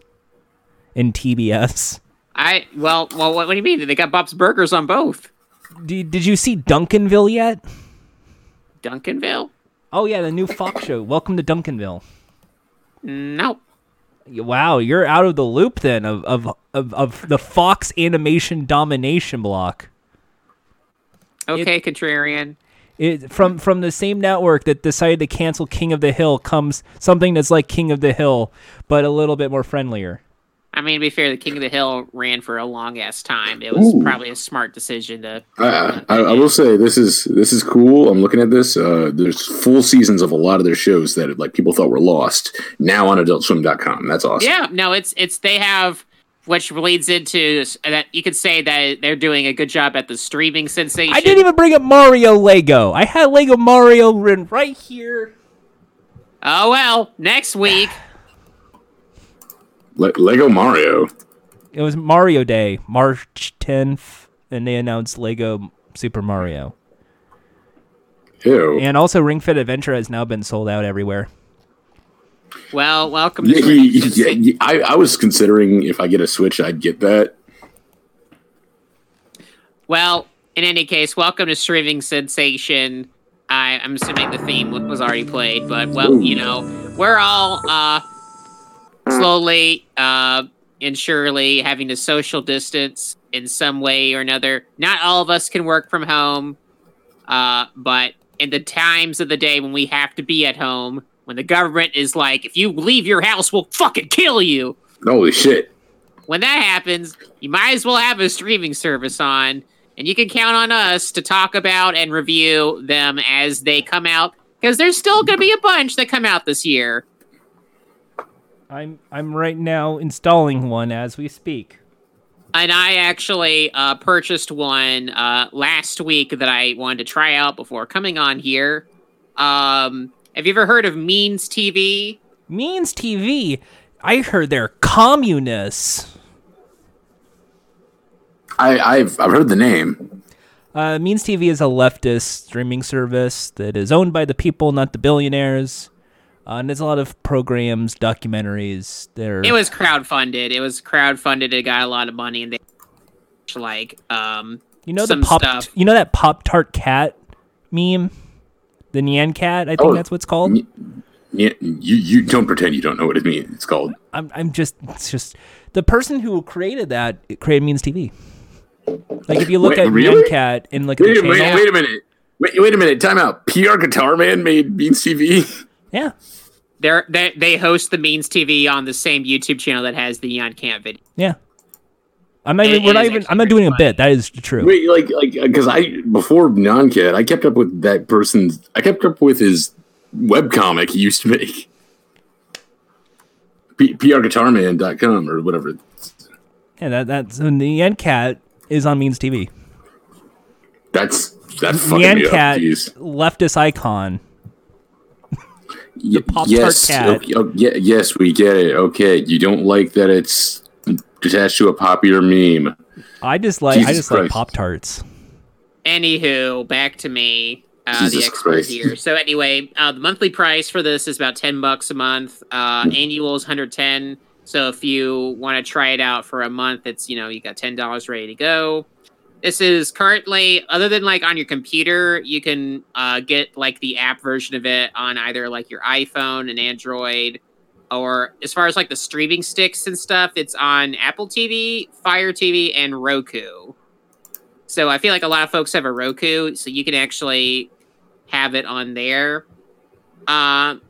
Speaker 1: and TBS.
Speaker 3: I well, well. What, what do you mean? They got Bob's Burgers on both.
Speaker 1: Did, did you see Duncanville yet?
Speaker 3: Duncanville?
Speaker 1: Oh yeah, the new Fox show. Welcome to Duncanville.
Speaker 3: Nope.
Speaker 1: Wow, you're out of the loop then of of of, of the Fox animation domination block.
Speaker 3: Okay, contrarian.
Speaker 1: It, from from the same network that decided to cancel King of the Hill comes something that's like King of the Hill, but a little bit more friendlier.
Speaker 3: I mean, to be fair, the King of the Hill ran for a long ass time. It was
Speaker 2: Ooh.
Speaker 3: probably a smart decision to.
Speaker 2: I, I, I will say this is this is cool. I'm looking at this. Uh, there's full seasons of a lot of their shows that like people thought were lost. Now on AdultSwim.com. That's awesome.
Speaker 3: Yeah, no, it's it's they have, which leads into s- that you could say that they're doing a good job at the streaming sensation.
Speaker 1: I didn't even bring up Mario Lego. I had Lego Mario written right here.
Speaker 3: Oh well, next week.
Speaker 2: Le- Lego Mario.
Speaker 1: It was Mario Day, March 10th, and they announced Lego Super Mario.
Speaker 2: Ew.
Speaker 1: And also, Ring Fit Adventure has now been sold out everywhere.
Speaker 3: Well, welcome to
Speaker 2: Yeah,
Speaker 3: streaming
Speaker 2: yeah, yeah,
Speaker 3: sensa-
Speaker 2: yeah. I, I was considering if I get a Switch, I'd get that.
Speaker 3: Well, in any case, welcome to streaming sensation. I, I'm assuming the theme w- was already played, but well, you know, we're all uh, slowly uh, and surely having to social distance in some way or another. Not all of us can work from home, uh, but in the times of the day when we have to be at home, when the government is like, if you leave your house, we'll fucking kill you
Speaker 2: Holy shit.
Speaker 3: when that happens, you might as well have a streaming service on, and you can count on us to talk about and review them as they come out, because there's still going to be a bunch that come out this year.
Speaker 1: I'm I'm right now installing one as we speak.
Speaker 3: And I actually uh, purchased one uh, last week that I wanted to try out before coming on here. Um, have you ever heard of Means TV?
Speaker 1: Means TV. I heard they're communists.
Speaker 2: I, I've I've heard the name.
Speaker 1: Uh, means TV is a leftist streaming service that is owned by the people, not the billionaires. Uh, and there's a lot of programs, documentaries. There.
Speaker 3: It was crowdfunded. It was crowdfunded. It got a lot of money, and they like um,
Speaker 1: You know
Speaker 3: some
Speaker 1: the pop.
Speaker 3: stuff.
Speaker 1: You know that Pop Tart cat meme, the Nyan cat. I think
Speaker 2: Oh,
Speaker 1: that's what's called.
Speaker 2: y- Yeah, you you don't pretend you don't know what it means. It's called
Speaker 1: I'm I'm just it's just the person who created that created Means TV. Like if you look
Speaker 2: Wait,
Speaker 1: at
Speaker 2: really?
Speaker 1: Cat and look at the
Speaker 2: Wait,
Speaker 1: channel,
Speaker 2: wait, wait a minute. Wait, wait a minute. Time out. PR Guitar Man made Beans TV.
Speaker 1: yeah,
Speaker 3: They're, they they host the Means TV on the same YouTube channel that has the Neon Camp video.
Speaker 1: yeah. I'm not
Speaker 3: It-
Speaker 1: even,
Speaker 3: it
Speaker 1: we're not
Speaker 3: is
Speaker 1: even
Speaker 3: actually
Speaker 1: I'm not
Speaker 3: pretty
Speaker 1: doing a bit. That is true.
Speaker 2: Wait, like, like, because I before Noncat, I kept up with that person's. I kept up with his webcomic he used to make. P- PRGuitarMan.com or whatever.
Speaker 1: Yeah, that that's and the end cat is on Means TV.
Speaker 2: That's that
Speaker 1: The
Speaker 2: fucking
Speaker 1: end
Speaker 2: me up.
Speaker 1: cat
Speaker 2: Jeez.
Speaker 1: leftist icon.
Speaker 2: The
Speaker 1: Pop-Tart
Speaker 2: yes,
Speaker 1: cat.
Speaker 2: okay, oh, yeah, yes, we get it. Okay, you don't like that it's attached to a popular meme.
Speaker 1: I just like I
Speaker 2: Jesus
Speaker 1: just like
Speaker 2: Christ.
Speaker 1: Pop Tarts.
Speaker 3: Anywho, back to me. Uh,
Speaker 2: Jesus
Speaker 3: the expo's
Speaker 2: Christ.
Speaker 3: here. So anyway, uh, the monthly price for this is about ten bucks a month. Uh,
Speaker 2: Hmm.
Speaker 3: annual is hundred ten. So if you want to try it out for a month, it's you know you got ten dollars ready to go. This is currently, other than like on your computer, you can uh, get like the app version of it on either like your iPhone and Android, or as far as like the streaming sticks and stuff, it's on Apple TV, Fire TV, and Roku. So I feel like a lot of folks have a Roku, so you can actually have it on there. Um,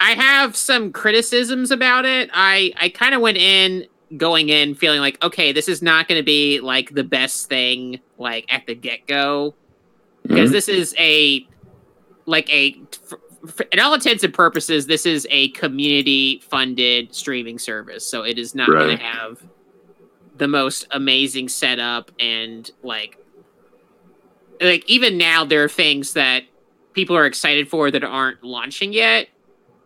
Speaker 3: I have some criticisms about it. I I kind of went in going in feeling like okay, this is not going to be like the best thing like at the get go because
Speaker 2: Mhm.
Speaker 3: this is a like a f- f- in all intents and purposes this is a community funded streaming service so it is not going
Speaker 2: Right.
Speaker 3: to have the most amazing setup and like like even now there are things that people are excited for that aren't launching yet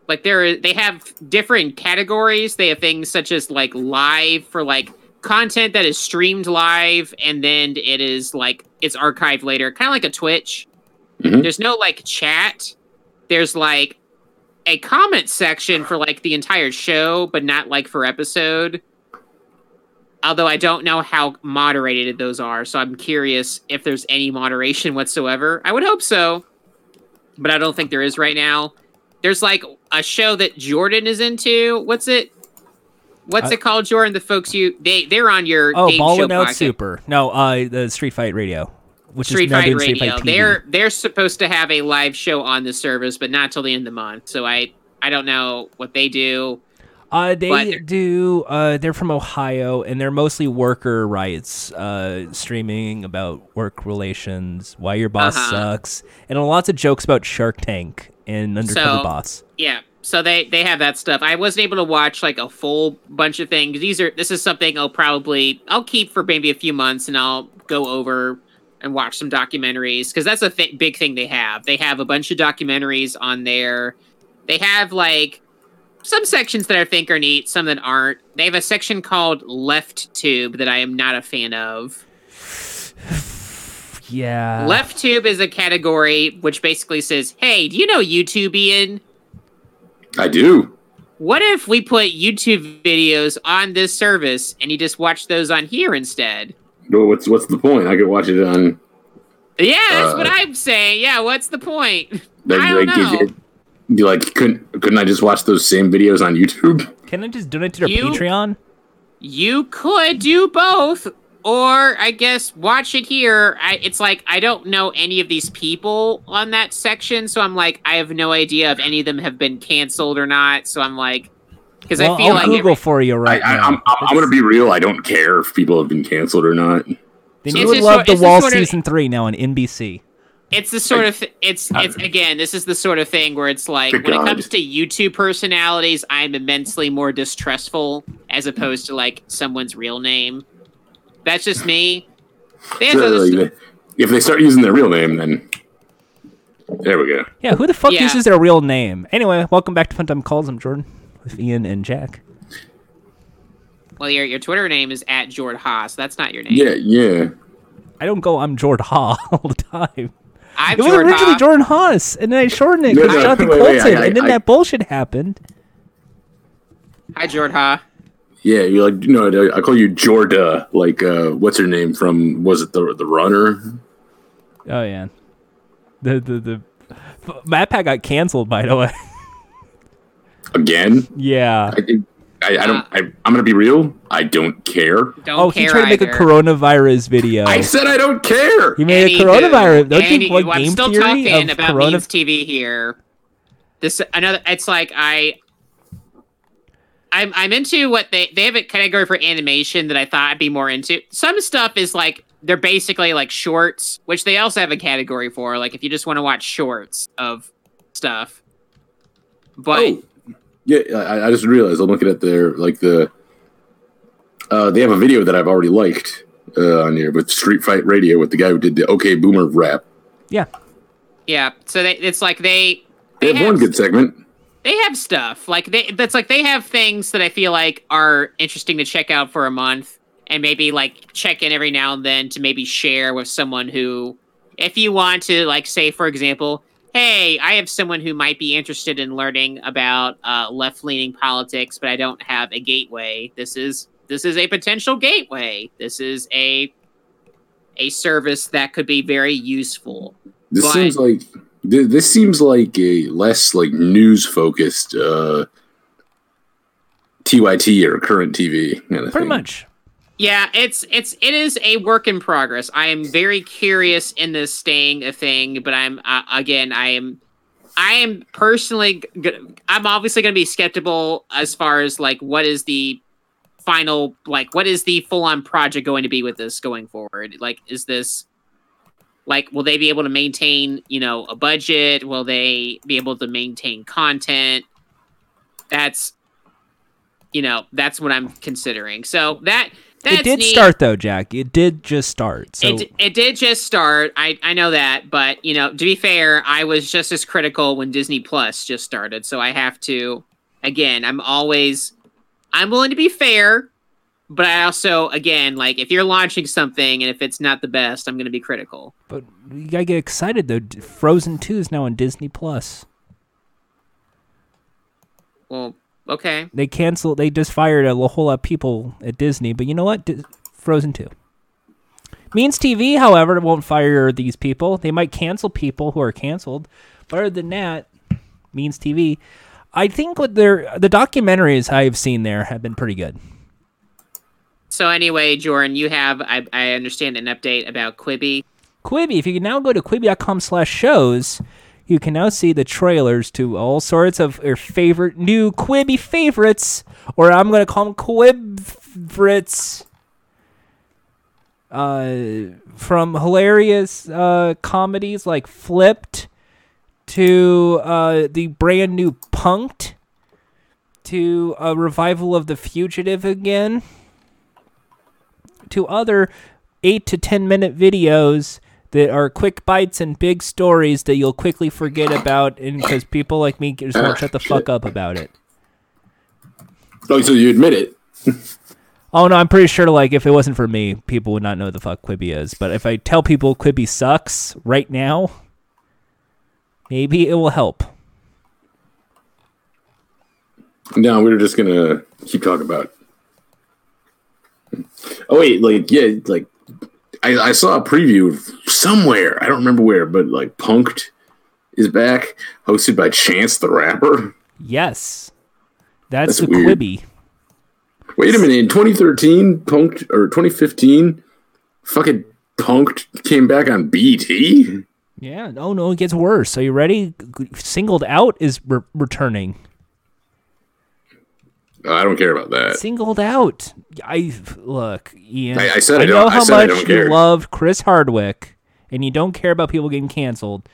Speaker 3: like there they have different categories they have things such as like live for like content that is streamed live and then it is like it's archived later kind of like a twitch
Speaker 2: Mhm.
Speaker 1: Mm-hmm.
Speaker 3: there's no like chat there's like a comment section for like the entire show but not like for episode although i don't know how moderated those are so i'm curious if there's any moderation whatsoever i would hope so but i don't think there is right now there's like a show that jordan is into what's it what's
Speaker 1: I-
Speaker 3: it called jordan the folks you they they're on your
Speaker 1: Oh,
Speaker 3: game show
Speaker 1: Ballin' Out
Speaker 3: podcast.
Speaker 1: Super. No, uh, the Street Fight Radio, which
Speaker 3: Street
Speaker 1: is now
Speaker 3: Fight
Speaker 1: doing
Speaker 3: Radio.
Speaker 1: Street Fight TV.
Speaker 3: They're they're supposed to have a live show on the service, but not till the end of the month. So I I don't know what they do.
Speaker 1: Uh, they
Speaker 3: But they're-
Speaker 1: do. Uh, they're from Ohio, and they're mostly worker rights, uh, streaming about work relations, why your boss
Speaker 3: Uh-huh.
Speaker 1: sucks, and lots of jokes about Shark Tank and Undercover
Speaker 3: So-
Speaker 1: Boss.
Speaker 3: Yeah. So they they have that stuff. I wasn't able to watch like a full bunch of things. These are this is something I'll probably I'll keep for maybe a few months and I'll go over and watch some documentaries because that's a th- big thing they have. They have a bunch of documentaries on there. They have like some sections that I think are neat, some that aren't. They have a section called Left Tube that I am not a fan of.
Speaker 1: Yeah.
Speaker 3: Left tube is a category which basically says, "Hey, do you know YouTube, Ian?
Speaker 2: I do.
Speaker 3: What if we put YouTube videos on this service and you just watch those on here instead?"
Speaker 2: Well, What's what's the point? I could watch it on.
Speaker 3: Yeah, that's
Speaker 2: Uh,
Speaker 3: what I'm saying. Yeah, what's the point?
Speaker 2: Like,
Speaker 3: I don't
Speaker 2: like, is
Speaker 3: know.
Speaker 2: it- you like couldn't couldn't I just watch those same videos on YouTube?
Speaker 1: Can I just donate to their
Speaker 3: You-
Speaker 1: Patreon?
Speaker 3: You could do both, or I guess watch it here. I, it's like I don't know any of these people on that section, so I'm like, I have no idea if any of them have been canceled or not. So I'm like, because
Speaker 1: Well,
Speaker 3: I feel
Speaker 1: will
Speaker 3: like
Speaker 1: Google
Speaker 3: every-
Speaker 1: for you
Speaker 2: I,
Speaker 1: right
Speaker 2: I,
Speaker 1: now.
Speaker 2: I'm, I'm, I'm gonna be real. I don't care if people have been canceled or not.
Speaker 1: then
Speaker 3: It's
Speaker 1: you would
Speaker 3: just
Speaker 1: love
Speaker 3: sort-
Speaker 1: The
Speaker 3: it's
Speaker 1: Wall
Speaker 3: just sort of-
Speaker 1: season three now on NBC.
Speaker 3: it's the sort of it's it's again this is the sort of thing where it's like
Speaker 2: Good
Speaker 3: when it
Speaker 2: God.
Speaker 3: comes to youtube personalities i'm immensely more distrustful as opposed to like someone's real name that's just me They have
Speaker 2: So,
Speaker 3: other
Speaker 2: like,
Speaker 3: stu-
Speaker 2: they- if they start using their real name, then there we go.
Speaker 1: Yeah, who the fuck
Speaker 3: Yeah.
Speaker 1: uses their real name? Anyway, welcome back to Fun Time Calls. I'm Jordan with Ian and Jack.
Speaker 3: well your, your twitter name is at jord haas that's not your name
Speaker 2: Yeah, yeah.
Speaker 1: I don't go. I'm Jordan Ha all the time.
Speaker 3: i'm
Speaker 1: It was
Speaker 3: jord
Speaker 1: originally
Speaker 3: haas
Speaker 1: Jordan Haas, and then I shortened it
Speaker 2: No,
Speaker 1: because
Speaker 2: no,
Speaker 1: Jonathan
Speaker 2: wait,
Speaker 1: Colton,
Speaker 2: wait, I- I-
Speaker 1: and then
Speaker 2: I-
Speaker 1: that bullshit happened.
Speaker 3: hi jord haas
Speaker 2: Yeah, you're like no, no, I call you Jorda. Like, uh, what's her name from? Was it the the runner?
Speaker 1: Oh yeah, the the the Matt Pat got canceled by the way.
Speaker 2: again.
Speaker 1: Yeah.
Speaker 2: I, think- I, I don't. I, I'm gonna be real. I don't care.
Speaker 3: Don't
Speaker 1: Oh,
Speaker 3: care
Speaker 1: he tried to make a
Speaker 3: either.
Speaker 1: coronavirus video.
Speaker 2: I said I don't care.
Speaker 1: He made
Speaker 3: Any
Speaker 1: a coronavirus.
Speaker 3: good-
Speaker 1: Don't you
Speaker 3: any-
Speaker 1: like
Speaker 3: well, I'm
Speaker 1: game
Speaker 3: still
Speaker 1: theory
Speaker 3: talking
Speaker 1: of
Speaker 3: about
Speaker 1: corona-
Speaker 3: memes TV here. This another. It's like I. I'm, I'm into what they they have a category for animation that I thought I'd be more into. Some stuff is like they're basically like shorts, which they also have a category for. Like if you just want to watch shorts of stuff, but
Speaker 2: Oh, yeah. I, I just realized I'm looking at their like the. Uh, they have a video that I've already liked uh, on here with Street Fight Radio with the guy who did the OK Boomer rap.
Speaker 1: Yeah.
Speaker 3: yeah, so they, it's like they
Speaker 2: They have one good segment.
Speaker 3: they have stuff like they that's like they have things that I feel like are interesting to check out for a month and maybe like check in every now and then to maybe share with someone who if you want to like say for example hey i have someone who might be interested in learning about uh, left-leaning politics but i don't have a gateway this is this is a potential gateway this is a a service that could be very useful
Speaker 2: This
Speaker 3: But-
Speaker 2: seems like th- this seems like a less like news focused uh, TYT or current TV. Kind of
Speaker 1: Pretty
Speaker 2: thing.
Speaker 1: much.
Speaker 3: Yeah, it's it's it is a work in progress. I am very curious in this staying a thing, but I'm uh, again I am I am personally g- g- I'm obviously going to be skeptical as far as like what is the final like what is the full on project going to be with this going forward? Like is this like will they be able to maintain, you know, a budget? Will they be able to maintain content? That's you know, that's what I'm considering. So that that's
Speaker 1: It did
Speaker 3: neat.
Speaker 1: start though, Jack. It did just start. So
Speaker 3: It, it did just start. I, I know that, but you know, to be fair, I was just as critical when Disney Plus just started. So I have to, again, I'm always, I'm willing to be fair, but I also, again, like if you're launching something and if it's not the best, I'm going to be critical.
Speaker 1: but you gotta get excited though. D- Frozen Two is now on Disney Plus.
Speaker 3: Well, okay,
Speaker 1: They canceled. They just fired a whole lot of people at Disney. But you know what? Dis Frozen Two. Means TV, however, won't fire these people. They might cancel people who are canceled. But other than that, Means TV. I think what they're the documentaries I've seen there have been pretty good.
Speaker 3: so anyway, Jordan, you have, I, I understand, an update about Quibi.
Speaker 1: Quibi. If you can now go to quibi.com slash shows, you can now see the trailers to all sorts of your favorite new Quibi favorites, or I'm going to call them Quibfrits. Uh, from hilarious uh, comedies like Flipped to uh, the brand new Punked to a revival of The Fugitive again to other eight to ten minute videos that are quick bites and big stories that you'll quickly forget about and because people like me just won't shut the fuck up about it
Speaker 2: Oh, so you admit it?
Speaker 1: oh no i'm pretty sure like if it wasn't for me people would not know the fuck quibi is but if i tell people quibi sucks right now maybe it will help
Speaker 2: No, we were just gonna keep talking about. Oh wait, like yeah, like I, I saw a preview of somewhere. I don't remember where, but like Punked is back, hosted by Chance the Rapper.
Speaker 1: yes that's,
Speaker 2: That's
Speaker 1: the
Speaker 2: weird.
Speaker 1: quibi
Speaker 2: Wait a minute, in 2013, Punked or 2015, fucking Punked came back on BT.
Speaker 1: yeah oh no it gets worse are you ready G- singled out is re- returning
Speaker 2: I don't care about that.
Speaker 1: singled out. I look, Ian.
Speaker 2: I- I said I
Speaker 1: know
Speaker 2: don't- I
Speaker 1: how
Speaker 2: said I
Speaker 1: much
Speaker 2: don't care.
Speaker 1: you love Chris Hardwick, and you don't care about people getting canceled.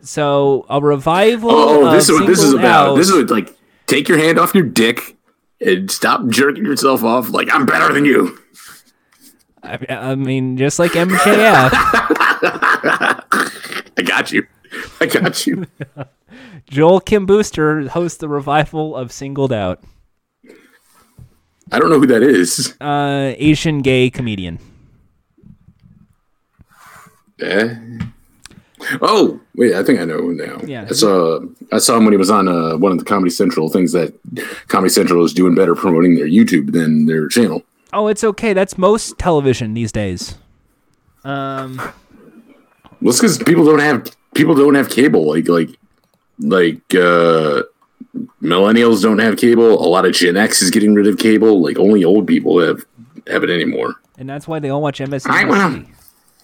Speaker 1: So a revival.
Speaker 2: Oh,
Speaker 1: of
Speaker 2: this is what this is
Speaker 1: Singled
Speaker 2: about.
Speaker 1: Out-
Speaker 2: This is what, like take your hand off your dick and stop jerking yourself off. Like I'm better than you.
Speaker 1: I, I mean, just like MJF,
Speaker 2: I got you. I got you.
Speaker 1: Joel Kim Booster hosts the revival of Singled Out.
Speaker 2: I don't know who that is.
Speaker 1: Uh, Asian gay comedian.
Speaker 2: Eh? Oh wait, I think I know now.
Speaker 1: Yeah.
Speaker 2: I saw I saw him when he was on uh, one of the Comedy Central things that Comedy Central is doing better promoting their YouTube than their channel.
Speaker 1: Oh, it's okay. That's most television these days. Um,
Speaker 2: Well, it's because people don't have people don't have cable like like like uh millennials don't have cable. A lot of Gen X is getting rid of cable. Like only old people have have it anymore.
Speaker 1: and that's why they all watch MSNBC.
Speaker 2: I wanna-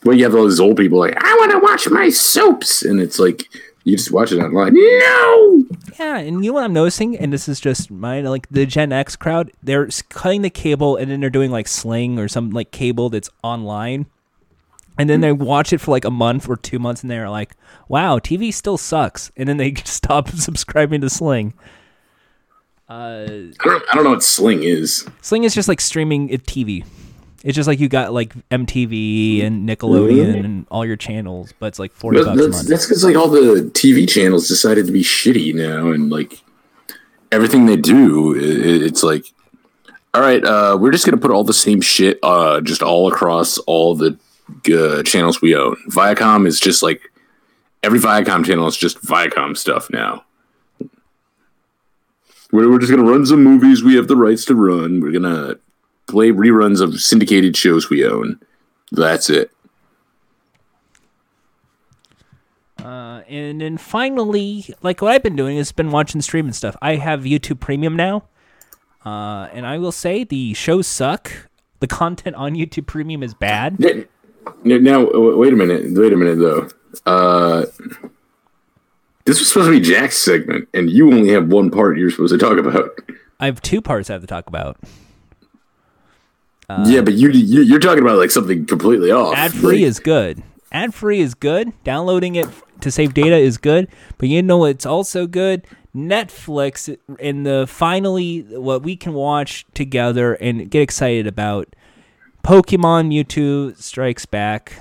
Speaker 2: Well, you have all these old people like I want to watch my soaps, and it's like you just watch it online. No,
Speaker 1: Yeah, and you know what I'm noticing, and this is just mine, like the Gen X crowd, they're s- cutting the cable and then they're doing like Sling or some like cable that's online. And then they watch it for like a month or two months and they're like, wow, TV still sucks. And then they stop subscribing to Sling.
Speaker 2: I don't, I don't know what Sling is.
Speaker 1: Sling is just like streaming it TV. It's just like you got like MTV and Nickelodeon and all your channels, but it's like 40
Speaker 2: But
Speaker 1: bucks a
Speaker 2: that's
Speaker 1: month.
Speaker 2: that's because like all the TV channels decided to be shitty now, and like everything they do, i i- it's like, all right, uh, we're just gonna put all the same shit, uh, just all across all the uh, channels we own. Viacom is just like every Viacom channel is just Viacom stuff now. We're, we're just gonna run some movies we have the rights to run. We're gonna play reruns of syndicated shows we own. That's it.
Speaker 1: Uh, and then finally, like what I've been doing is been watching stream and stuff. I have YouTube Premium now, uh, and I will say the shows suck. The content on YouTube Premium is bad.
Speaker 2: N- n- Now, w- wait a minute. Wait a minute, though. Uh, this was supposed to be Jack's segment, and you only have one part you're supposed to talk about.
Speaker 1: I have two parts I have to talk about.
Speaker 2: yeah, but you, you you're talking about like something completely off.
Speaker 1: Uh, Ad free
Speaker 2: Like,
Speaker 1: is good. Ad free is good. Downloading it to save data is good. But you know what's also good? Netflix and the finally what we can watch together and get excited about. Pokemon Mewtwo Strikes Back.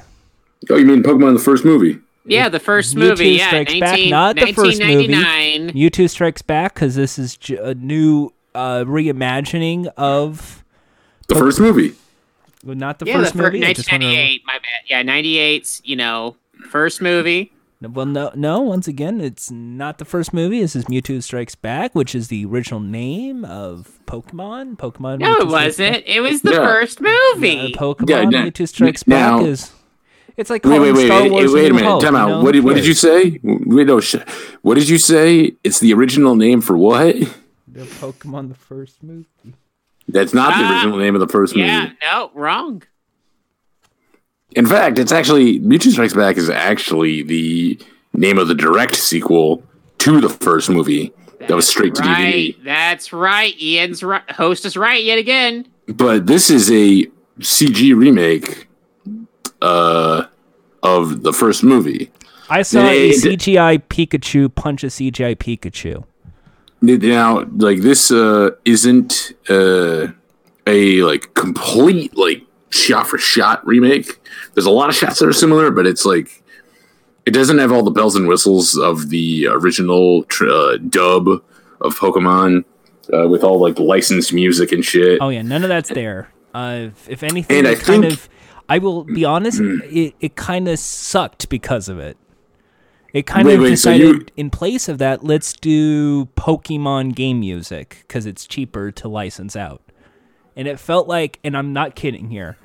Speaker 2: oh, you mean Pokemon the first movie?
Speaker 3: Yeah, the first
Speaker 1: Mewtwo
Speaker 3: movie. Yeah,
Speaker 1: Strikes
Speaker 3: 19,
Speaker 1: Back, not the first movie.
Speaker 3: 1999.
Speaker 1: Mewtwo Strikes Back because this is j- a new uh, reimagining of
Speaker 2: The first movie.
Speaker 1: well, not the
Speaker 3: Yeah,
Speaker 1: first
Speaker 3: the fir-
Speaker 1: movie. I just wanna-
Speaker 3: 1998. My bad. Yeah, 98's. You know, first movie.
Speaker 1: well, no, no. Once again, it's not the first movie. This is Mewtwo Strikes Back, which is the original name of Pokemon. Pokemon.
Speaker 3: No,
Speaker 1: Mewtwo
Speaker 3: it
Speaker 1: Strikes
Speaker 3: wasn't. It was the
Speaker 2: Yeah.
Speaker 3: first
Speaker 1: Back.
Speaker 3: movie.
Speaker 1: Uh, Pokemon
Speaker 2: Yeah, no,
Speaker 1: Mewtwo Strikes
Speaker 2: now-
Speaker 1: Back is. It's like
Speaker 2: Wait,
Speaker 1: calling
Speaker 2: wait, wait,
Speaker 1: Oh, Star
Speaker 2: wait, wait,
Speaker 1: Wars
Speaker 2: a
Speaker 1: New
Speaker 2: minute.
Speaker 1: Hope,
Speaker 2: Time
Speaker 1: you
Speaker 2: out.
Speaker 1: know?
Speaker 2: what, did, what did
Speaker 1: Yes.
Speaker 2: you say? Wait, no, sh- what did you say? It's the original name for what?
Speaker 1: The Pokemon the first movie.
Speaker 2: That's not the
Speaker 3: Ah,
Speaker 2: original name of the first
Speaker 3: Yeah,
Speaker 2: movie.
Speaker 3: no, wrong.
Speaker 2: In fact, it's actually Mewtwo Strikes Back is actually the name of the direct sequel to the first movie that was straight to
Speaker 3: Right,
Speaker 2: DVD.
Speaker 3: that's right. Ian's right. Host is right yet again.
Speaker 2: But this is a CG remake uh, of the first movie.
Speaker 1: I saw
Speaker 2: It-
Speaker 1: a
Speaker 2: it-
Speaker 1: CGI Pikachu punch a CGI Pikachu.
Speaker 2: Now, like this uh, isn't uh, a like complete like shot for shot remake. There's a lot of shots that are similar, but it's like it doesn't have all the bells and whistles of the original tr- uh, dub of Pokemon uh, with all like licensed music and shit.
Speaker 1: Oh yeah, none of that's there. Uh, if- if anything,
Speaker 2: And
Speaker 1: it
Speaker 2: I
Speaker 1: kind
Speaker 2: think- Hmm.
Speaker 1: of, I will be honest, it, it kind of sucked because of it. It kind
Speaker 2: Wait,
Speaker 1: of
Speaker 2: wait, so
Speaker 1: decided
Speaker 2: you-
Speaker 1: in place of that, let's do Pokemon game music because it's cheaper to license out. And it felt like, and I'm not kidding here,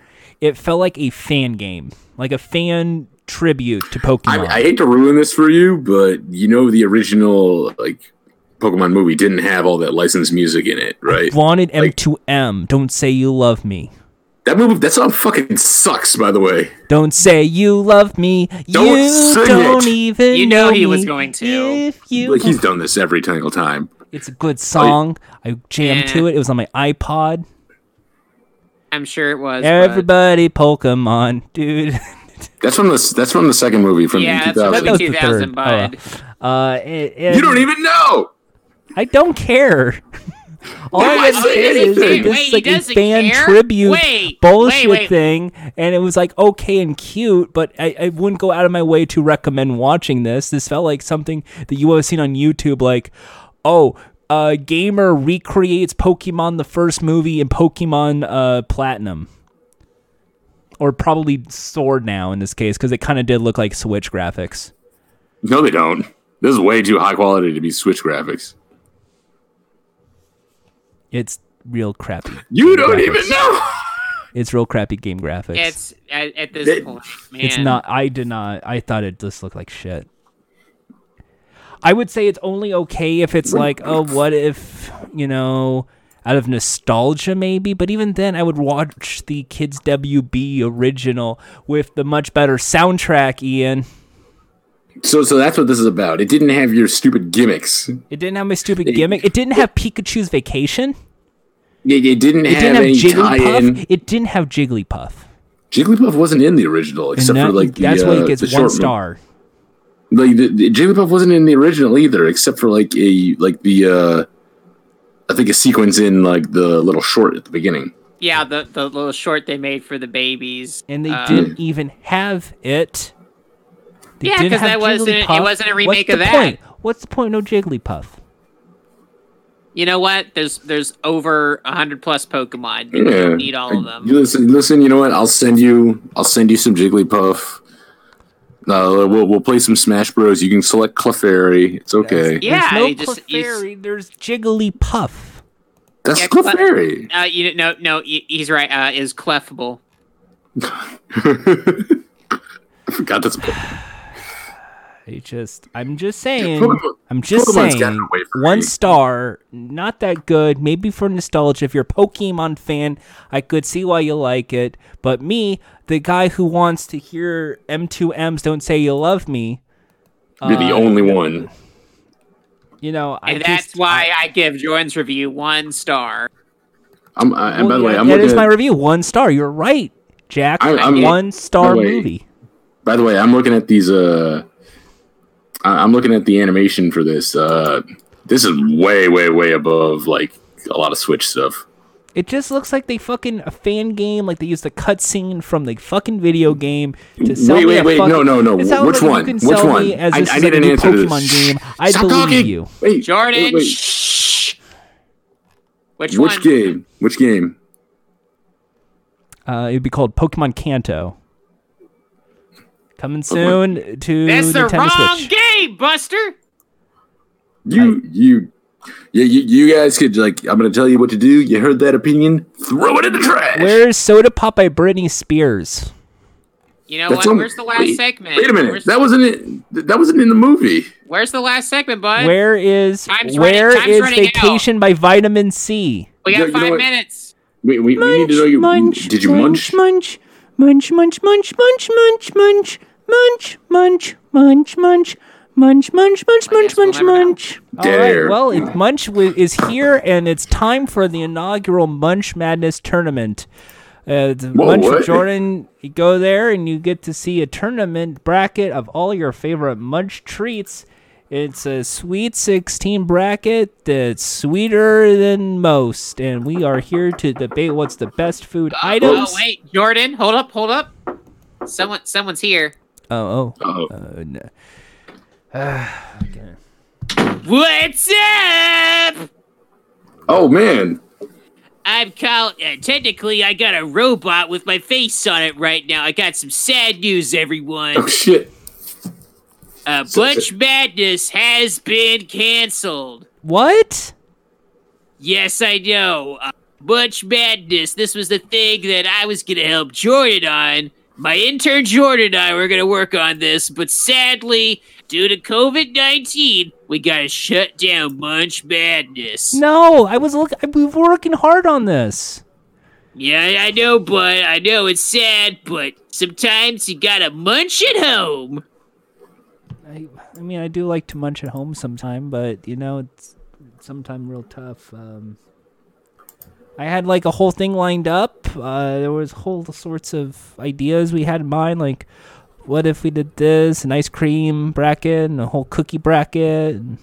Speaker 1: it felt like a fan game, like a fan tribute to
Speaker 2: I,
Speaker 1: Pokemon.
Speaker 2: I hate to ruin this for you, but you know the original like Pokemon movie didn't have all that licensed music in it, right?
Speaker 1: Wanted M2M. Don't say you love me.
Speaker 2: That movie that song fucking sucks, by the way.
Speaker 1: Don't say you love me.
Speaker 2: Don't
Speaker 1: you
Speaker 2: sing
Speaker 1: don't
Speaker 2: it.
Speaker 1: even
Speaker 3: You
Speaker 1: know
Speaker 3: know he was
Speaker 1: me.
Speaker 3: going to.
Speaker 1: If you
Speaker 2: Like he's done this every single time.
Speaker 1: it's a good song. I, jammed to
Speaker 3: Yeah.
Speaker 1: it. It was on my iPod.
Speaker 3: I'm sure it was. but-
Speaker 1: Everybody Pokemon, dude.
Speaker 2: That's from the that's from the second movie from
Speaker 3: Yeah, that's
Speaker 1: That
Speaker 2: 2000.
Speaker 3: what
Speaker 1: was
Speaker 3: we
Speaker 1: the third.
Speaker 3: 2000,
Speaker 1: Oh,
Speaker 3: bud.
Speaker 1: Uh, and- and
Speaker 2: you don't even know.
Speaker 1: I don't care. All
Speaker 2: Why
Speaker 1: I
Speaker 2: does
Speaker 1: was
Speaker 2: he
Speaker 1: saying is
Speaker 2: care?
Speaker 1: that
Speaker 3: Wait,
Speaker 1: this
Speaker 3: he
Speaker 1: is like a
Speaker 3: doesn't
Speaker 1: fan
Speaker 3: care?
Speaker 1: tribute
Speaker 3: Wait,
Speaker 1: bullshit
Speaker 3: wait, wait.
Speaker 1: thing, and it was like okay and cute, but I, I wouldn't go out of my way to recommend watching this. This felt like something that you would have seen on YouTube, like, oh, a gamer recreates Pokemon the first movie in Pokemon uh, Platinum. Or probably Sword now in this case, because it kind of did look like Switch graphics.
Speaker 2: No, they don't. This is way too high quality to be Switch graphics.
Speaker 1: It's real crappy.
Speaker 2: You don't
Speaker 1: graphics.
Speaker 2: even know.
Speaker 1: It's real crappy game graphics.
Speaker 3: It's at, at this
Speaker 2: That-
Speaker 3: point, man.
Speaker 1: It's not. I did not. I thought it just looked like shit. I would say it's only okay if it's like, oh, what if you know, out of nostalgia maybe. But even then, I would watch the Kids WB original with the much better soundtrack. Ian,
Speaker 2: So, so that's what this is about. It didn't have your stupid gimmicks. It,
Speaker 1: it didn't have my stupid gimmick. It didn't have Pikachu's Vacation.
Speaker 2: it didn't
Speaker 1: It
Speaker 2: have
Speaker 1: didn't have
Speaker 2: any tie-in.
Speaker 1: Jigglypuff. It didn't have Jigglypuff.
Speaker 2: Jigglypuff wasn't in the original,
Speaker 1: And
Speaker 2: except
Speaker 1: that-
Speaker 2: for like the,
Speaker 1: that's
Speaker 2: uh,
Speaker 1: why it
Speaker 2: the
Speaker 1: gets
Speaker 2: short
Speaker 1: one
Speaker 2: one.
Speaker 1: star.
Speaker 2: Like the, the, Jigglypuff wasn't in the original either, except for like a like the uh, I think a sequence in like the little short at the beginning.
Speaker 3: Yeah, the, the little short they made for the babies.
Speaker 1: and they
Speaker 3: Uh,
Speaker 1: didn't even have it. They
Speaker 3: Yeah,
Speaker 1: didn't
Speaker 3: 'cause
Speaker 1: have
Speaker 3: that wasn't- it
Speaker 1: Jigglypuff.
Speaker 3: wasn't a
Speaker 1: What's
Speaker 3: remake of
Speaker 1: the
Speaker 3: that.
Speaker 1: Point? What's the point? No Jigglypuff.
Speaker 3: You know what? There's there's over hundred plus Pokemon. You
Speaker 2: Yeah,
Speaker 3: don't need all of
Speaker 2: I-
Speaker 3: them.
Speaker 2: You listen, listen. You know what? I'll send you. I'll send you some Jigglypuff. Uh, we'll we'll play some Smash Bros. You can select Clefairy. It's okay.
Speaker 3: yeah,
Speaker 1: there's no
Speaker 3: you just you s-
Speaker 1: Clefairy. There's Jigglypuff.
Speaker 2: That's
Speaker 3: yeah, Cle-
Speaker 2: Clefairy.
Speaker 3: uh, you no no he- he's right. Uh, is clefable.
Speaker 2: I forgot that's.
Speaker 1: It just, I'm just saying.
Speaker 2: Pokemon-
Speaker 1: I'm just
Speaker 2: Pokemon's gotten
Speaker 1: saying.
Speaker 2: away from
Speaker 1: One
Speaker 2: me.
Speaker 1: star, not that good. Maybe for nostalgia. If you're a Pokemon fan, I could see why you like it. But me, the guy who wants to hear M2Ms don't say you love me,
Speaker 2: You're
Speaker 1: Uh,
Speaker 2: the only one.
Speaker 1: you know, I
Speaker 3: And that's
Speaker 1: just,
Speaker 3: why I give Jordan's review one star.
Speaker 2: I'm, I, and by the
Speaker 1: Well,
Speaker 2: way,
Speaker 1: yeah,
Speaker 2: I'm
Speaker 1: that
Speaker 2: looking
Speaker 1: is
Speaker 2: at,
Speaker 1: my review. One star. You're right, Jack.
Speaker 2: I- I'm-
Speaker 1: one star
Speaker 2: by the way-
Speaker 1: movie.
Speaker 2: By the way, I'm looking at these. Uh, I- I'm looking at the animation for this. Uh, this is way, way, way above like a lot of Switch stuff.
Speaker 1: It just looks like they fucking a fan game. Like they used the cutscene from the fucking video game to sell
Speaker 2: Wait,
Speaker 1: me
Speaker 2: wait,
Speaker 1: a
Speaker 2: wait,
Speaker 1: fucking-
Speaker 2: no, no, no.
Speaker 1: It sounds
Speaker 2: Which
Speaker 1: like you
Speaker 2: one?
Speaker 1: can
Speaker 2: Which
Speaker 1: sell
Speaker 2: one?
Speaker 1: me as
Speaker 2: I,
Speaker 1: this
Speaker 2: I
Speaker 1: is
Speaker 2: need
Speaker 1: like
Speaker 2: an
Speaker 1: a new
Speaker 2: answer to
Speaker 1: Pokemon
Speaker 2: this.
Speaker 1: game. I
Speaker 2: Stop
Speaker 1: believe
Speaker 2: talking.
Speaker 1: you.
Speaker 2: Wait,
Speaker 3: Jordan,
Speaker 2: wait, wait.
Speaker 3: shh. Which,
Speaker 2: Which
Speaker 3: one?
Speaker 2: game? Which game?
Speaker 1: Uh, it'd be called Pokemon Kanto. Coming soon to
Speaker 3: That's the
Speaker 1: Nintendo
Speaker 3: wrong
Speaker 1: Switch.
Speaker 3: game, Buster.
Speaker 2: You, you, yeah, you, you guys could like. I'm gonna tell you what to do. You heard that opinion? Throw it in the trash.
Speaker 1: Where is Soda Pop by Britney Spears?
Speaker 3: You know
Speaker 2: That's
Speaker 3: what?
Speaker 2: on-
Speaker 3: Where's the last
Speaker 2: wait,
Speaker 3: segment?
Speaker 2: Wait a minute.
Speaker 3: Where's,
Speaker 2: That wasn't it. That wasn't in the movie.
Speaker 3: where's the last segment, bud?
Speaker 1: Where is
Speaker 3: Time's running-
Speaker 1: where
Speaker 3: time's
Speaker 1: is
Speaker 3: running out.
Speaker 1: Vacation by Vitamin C?
Speaker 3: we got
Speaker 2: No, you know
Speaker 3: five
Speaker 2: what?
Speaker 3: minutes.
Speaker 2: Wait, we, we need to know you. did you munch?
Speaker 1: munch, munch, munch, munch, munch, munch, munch, munch, munch, munch, munch, munch, munch, munch, munch,
Speaker 3: we'll
Speaker 1: munch,
Speaker 3: never know.
Speaker 1: munch. All right.
Speaker 2: Dare.
Speaker 1: Well, it, munch wi- is here, and it's time for the inaugural Munch Madness tournament. Uh, the
Speaker 2: Whoa,
Speaker 1: Munch
Speaker 2: what?
Speaker 1: with Jordan, you go there and you get to see a tournament bracket of all your favorite Munch treats. It's a sweet 16 bracket that's sweeter than most, and we are here to debate what's the best food items.
Speaker 3: Oh wait, Jordan, hold up, hold up. Someone, someone's here.
Speaker 1: Oh, oh.
Speaker 2: Uh-oh.
Speaker 1: Uh, no.
Speaker 3: What's up?
Speaker 2: Oh man,
Speaker 3: I'm call. Uh, technically, I got a robot with my face on it right now. I got some sad news, everyone.
Speaker 2: oh shit.
Speaker 3: Uh, Bunch Madness has been canceled.
Speaker 1: What?
Speaker 3: Yes, I know. Uh, Bunch Madness. This was the thing that I was gonna help Jordan on. My intern Jordan and I were gonna work on this, but sadly, due to COVID nineteen, we gotta shut down Bunch Madness.
Speaker 1: No, I was look. I was working hard on this.
Speaker 3: Yeah, I know, but I know it's sad, but sometimes you gotta munch at home.
Speaker 1: I, I mean, I do like to munch at home sometime, but you know, it's sometimes real tough. Um, I had like a whole thing lined up. Uh, there was whole sorts of ideas we had in mind, like what if we did this, an ice cream bracket, and a whole cookie bracket, and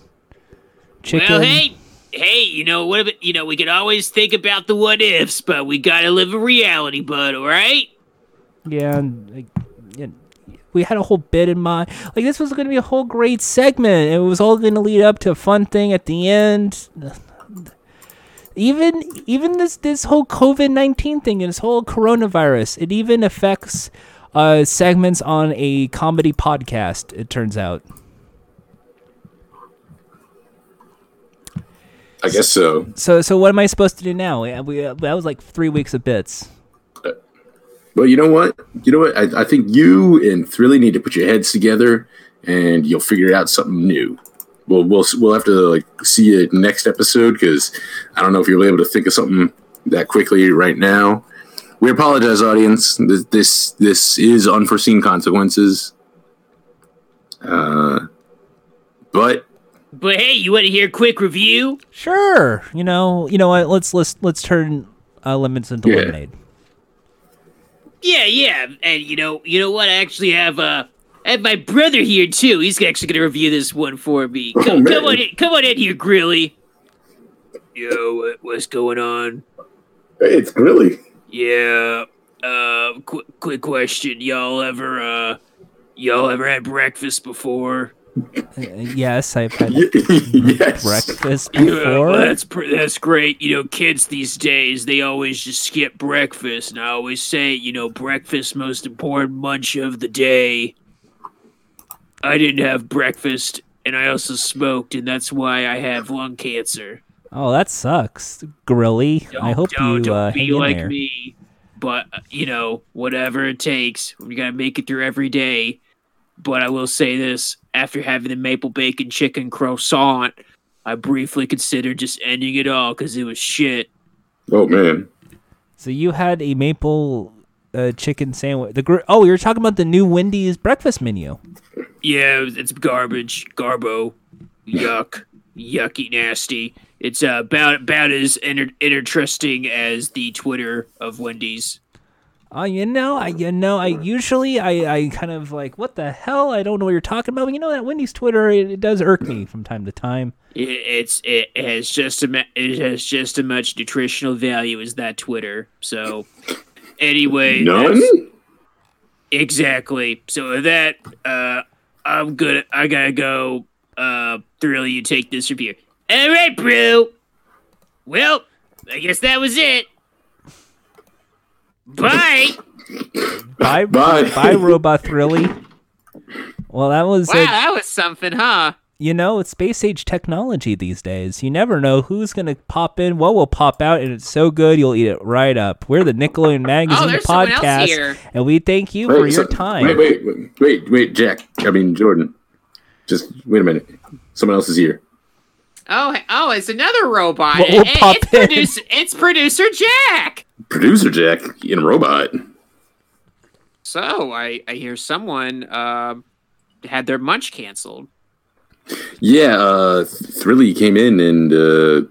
Speaker 1: chicken.
Speaker 3: Well, hey, hey, you know what? If, you know we can always think about the what ifs, but we gotta live in reality, bud. All right?
Speaker 1: Yeah, and, like, yeah, we had a whole bit in mind. Like this was going to be a whole great segment. It was all going to lead up to a fun thing at the end. Even even this this whole COVID nineteen thing and this whole coronavirus, it even affects uh, segments on a comedy podcast. It turns out.
Speaker 2: I guess so.
Speaker 1: So so what am I supposed to do now? We, we that was like three weeks of bits.
Speaker 2: Well, you know what? You know what? I, I think you and Thrilly need to put your heads together, and you'll figure out something new. we'll we'll we'll have to like see you next episode because I don't know if you'll be able to think of something that quickly right now. We apologize, audience. This this, this is unforeseen consequences. Uh, but
Speaker 6: But hey, you want to hear a quick review?
Speaker 1: Sure. You know, you know what? Let's let's let's turn uh, lemons into
Speaker 2: Yeah.
Speaker 1: lemonade.
Speaker 6: Yeah, yeah, and you know, you know what? I actually have uh, I have my brother here too. He's actually gonna review this one for me.
Speaker 7: Oh,
Speaker 6: Come,
Speaker 2: man.
Speaker 6: come on, in, come on in here, Grilly. Yo, what, what's going on?
Speaker 2: hey, it's Grilly.
Speaker 6: Yeah. Uh, qu- quick question. Y'all ever uh, y'all ever had breakfast before?
Speaker 1: Uh, Yes, I've had
Speaker 2: yes.
Speaker 1: breakfast
Speaker 6: Yeah, well,
Speaker 1: before.
Speaker 6: that's pr- that's great. You know, kids these days they always just skip breakfast, and I always say, you know, breakfast most important munch of the day. I didn't have breakfast, and I also smoked, and that's why I have lung cancer.
Speaker 1: Oh, that sucks, Grilly. I hope
Speaker 6: don't,
Speaker 1: you
Speaker 6: don't
Speaker 1: uh, hang
Speaker 6: be
Speaker 1: in
Speaker 6: like
Speaker 1: there.
Speaker 6: me. But uh, you know, whatever it takes, we gotta make it through every day. But I will say this: after having the maple bacon chicken croissant, I briefly considered just ending it all because it was shit.
Speaker 2: Oh man.
Speaker 1: So you had a maple uh, chicken sandwich. The gr- oh, you're talking about the new Wendy's breakfast menu.
Speaker 6: Yeah, it's garbage, garbo, yuck, yucky, nasty. It's uh, about about as inter- interesting as the Twitter of Wendy's.
Speaker 1: Oh, you know, I you know, I usually I, I kind of like what the hell? I don't know what you're talking about. But you know that Wendy's Twitter it, it does irk me from time to time.
Speaker 6: It, it's it has just a ma- it has just as much nutritional value as that Twitter. So, anyway,
Speaker 2: None?
Speaker 6: that's- exactly. So with that, uh, I'm good. I gotta go. Uh, Thrill, you take this review. All right, bro. Well, I guess that was it. Bye.
Speaker 1: Bye
Speaker 2: Bye.
Speaker 1: bye, Robot Thrilly. Well, that was uh,
Speaker 6: was something, huh?
Speaker 1: you know, it's space age technology these days. You never know who's going to pop in, what will pop out, and it's so good you'll eat it right up. We're the Nickelodeon Magazine
Speaker 6: Oh, there's someone else
Speaker 1: podcast,
Speaker 6: here.
Speaker 1: and we thank you for
Speaker 2: Wait,
Speaker 1: your
Speaker 2: so-
Speaker 1: time.
Speaker 2: Wait, wait, wait, wait, wait, Jack. I mean Jordan. Just wait a minute. Someone else is here.
Speaker 3: Oh, oh, it's another robot.
Speaker 1: What will
Speaker 3: It- it-
Speaker 1: pop
Speaker 3: it's,
Speaker 1: in?
Speaker 3: producer, it's producer Jack.
Speaker 2: Producer Jack in robot.
Speaker 3: So I, I hear someone um had their munch canceled.
Speaker 2: Yeah, uh Thrilly came in and uh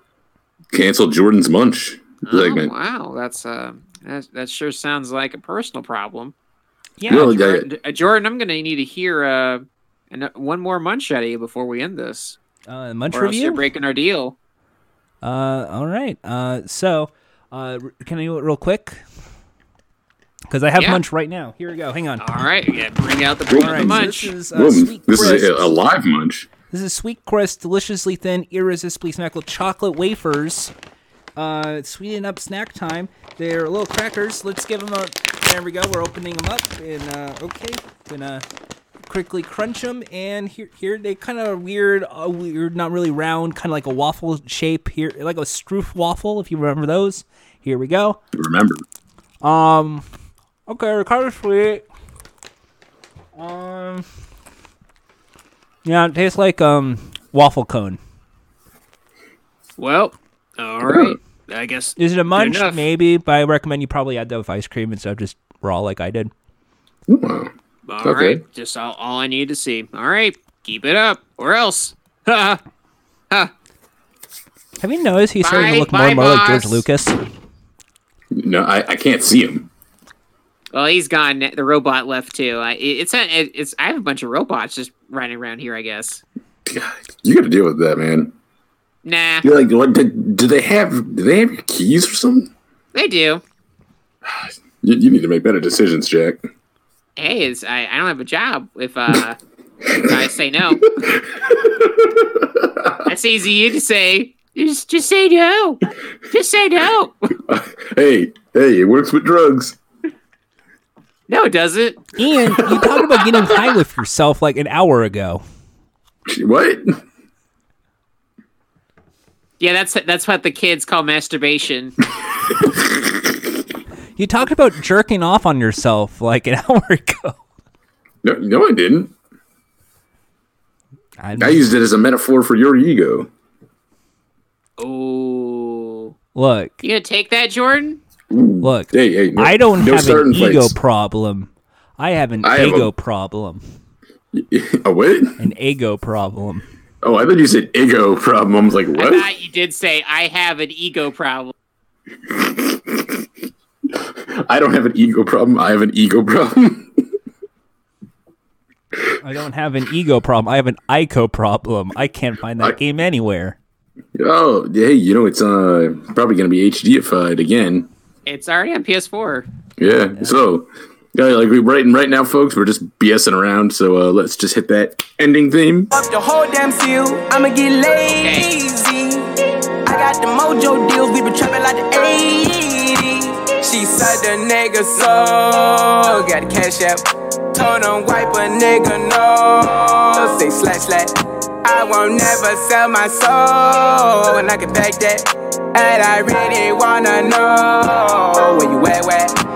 Speaker 2: canceled Jordan's munch segment.
Speaker 3: Oh, wow, that's uh, that, that sure sounds like a personal problem.
Speaker 1: Yeah,
Speaker 2: Well, yeah,
Speaker 3: Jordan, uh, Jordan, I'm gonna need to hear uh, an, one more munch out of you before we end this,
Speaker 1: Uh, Munch
Speaker 3: or else you're
Speaker 1: Review?
Speaker 3: breaking our deal.
Speaker 1: Uh, all right. Uh, so, uh, r- can I do it real quick? Because I have
Speaker 3: Yeah.
Speaker 1: Munch right now. Here we go. Hang on.
Speaker 3: All right, yeah, bring out the bring
Speaker 1: All
Speaker 3: out
Speaker 1: right,
Speaker 3: the munch.
Speaker 1: So this is, uh,
Speaker 2: Whoa,
Speaker 1: sweet
Speaker 2: this
Speaker 1: crisp.
Speaker 2: is a, a live munch.
Speaker 1: This is sweet crisp, deliciously thin, irresistibly smackled chocolate wafers. Uh, sweeten up snack time. They're little crackers. Let's give them a. There we go. We're opening them up, and uh, okay, gonna quickly crunch them. And here, here they kind of weird, uh, weird, not really round, kind of like a waffle shape here, like a stroof waffle, if you remember those. Here we go.
Speaker 2: Remember.
Speaker 1: Um, okay, they're kind of sweet. Um, yeah, it tastes like um waffle cone.
Speaker 6: Well, all right. I guess
Speaker 1: Is it a munch?
Speaker 6: enough.
Speaker 1: Maybe, but I recommend you probably add that with ice cream instead of just raw like I did.
Speaker 2: Wow.
Speaker 6: All right,
Speaker 2: Okay.
Speaker 6: just all, all I need to see. All right, keep it up, or else. Ha!
Speaker 1: Have you noticed he's starting to
Speaker 3: Bye-
Speaker 1: look more and
Speaker 3: bye,
Speaker 1: more like George
Speaker 3: boss.
Speaker 1: Lucas?
Speaker 2: No, I, I can't see him.
Speaker 3: Well, he's gone. The robot left too. I, it- it's not- it, it's. I have a bunch of robots just running around here. I guess.
Speaker 2: God, you got to deal with that, man.
Speaker 3: Nah,
Speaker 2: You're like, what? Did, do they have? Do they have your keys or something?
Speaker 3: they do.
Speaker 2: You, you need to make better decisions, Jack.
Speaker 3: hey, it's, I, I don't have a job if, uh, if I say no. That's easy you to say. Just, just say no. Just say no.
Speaker 2: Hey, hey, it works with drugs.
Speaker 3: No, it doesn't.
Speaker 1: Ian, you talked about getting high with yourself like an hour ago.
Speaker 2: What?
Speaker 3: Yeah, that's that's what the kids call masturbation.
Speaker 1: You talked about jerking off on yourself like an hour ago.
Speaker 2: No, no, I didn't.
Speaker 1: I,
Speaker 2: I used it as a metaphor for your ego.
Speaker 3: Oh,
Speaker 1: look,
Speaker 3: you gonna take that, Jordan?
Speaker 1: look.
Speaker 2: Hey, hey, no,
Speaker 1: I don't
Speaker 2: no
Speaker 1: have an
Speaker 2: starting
Speaker 1: ego
Speaker 2: place.
Speaker 1: problem. I have an
Speaker 2: I have a-
Speaker 1: ego problem.
Speaker 2: oh, what?
Speaker 1: An ego problem.
Speaker 2: Oh, I thought you said ego problem. I was like, what?
Speaker 3: I thought Ah, you did say I have an ego problem.
Speaker 2: I don't have an ego problem. I have an ego problem.
Speaker 1: I don't have an ego problem. I have an ICO problem. I can't find that
Speaker 2: I-
Speaker 1: game anywhere.
Speaker 2: oh, hey, you know it's uh probably gonna be HDified again.
Speaker 3: It's already on PS4.
Speaker 2: Yeah. So, yeah, like we right right now, folks, we're just BSing around. So uh, let's just hit that ending theme.
Speaker 9: up the whole damn field. I'ma get lazy. I got the mojo deals, we been trapping like the 80s. She said the nigga so got the cash app. Told him wipe a nigga no. Say slash slash. I won't never sell my soul, and I can back that. And I really wanna know where you at, where.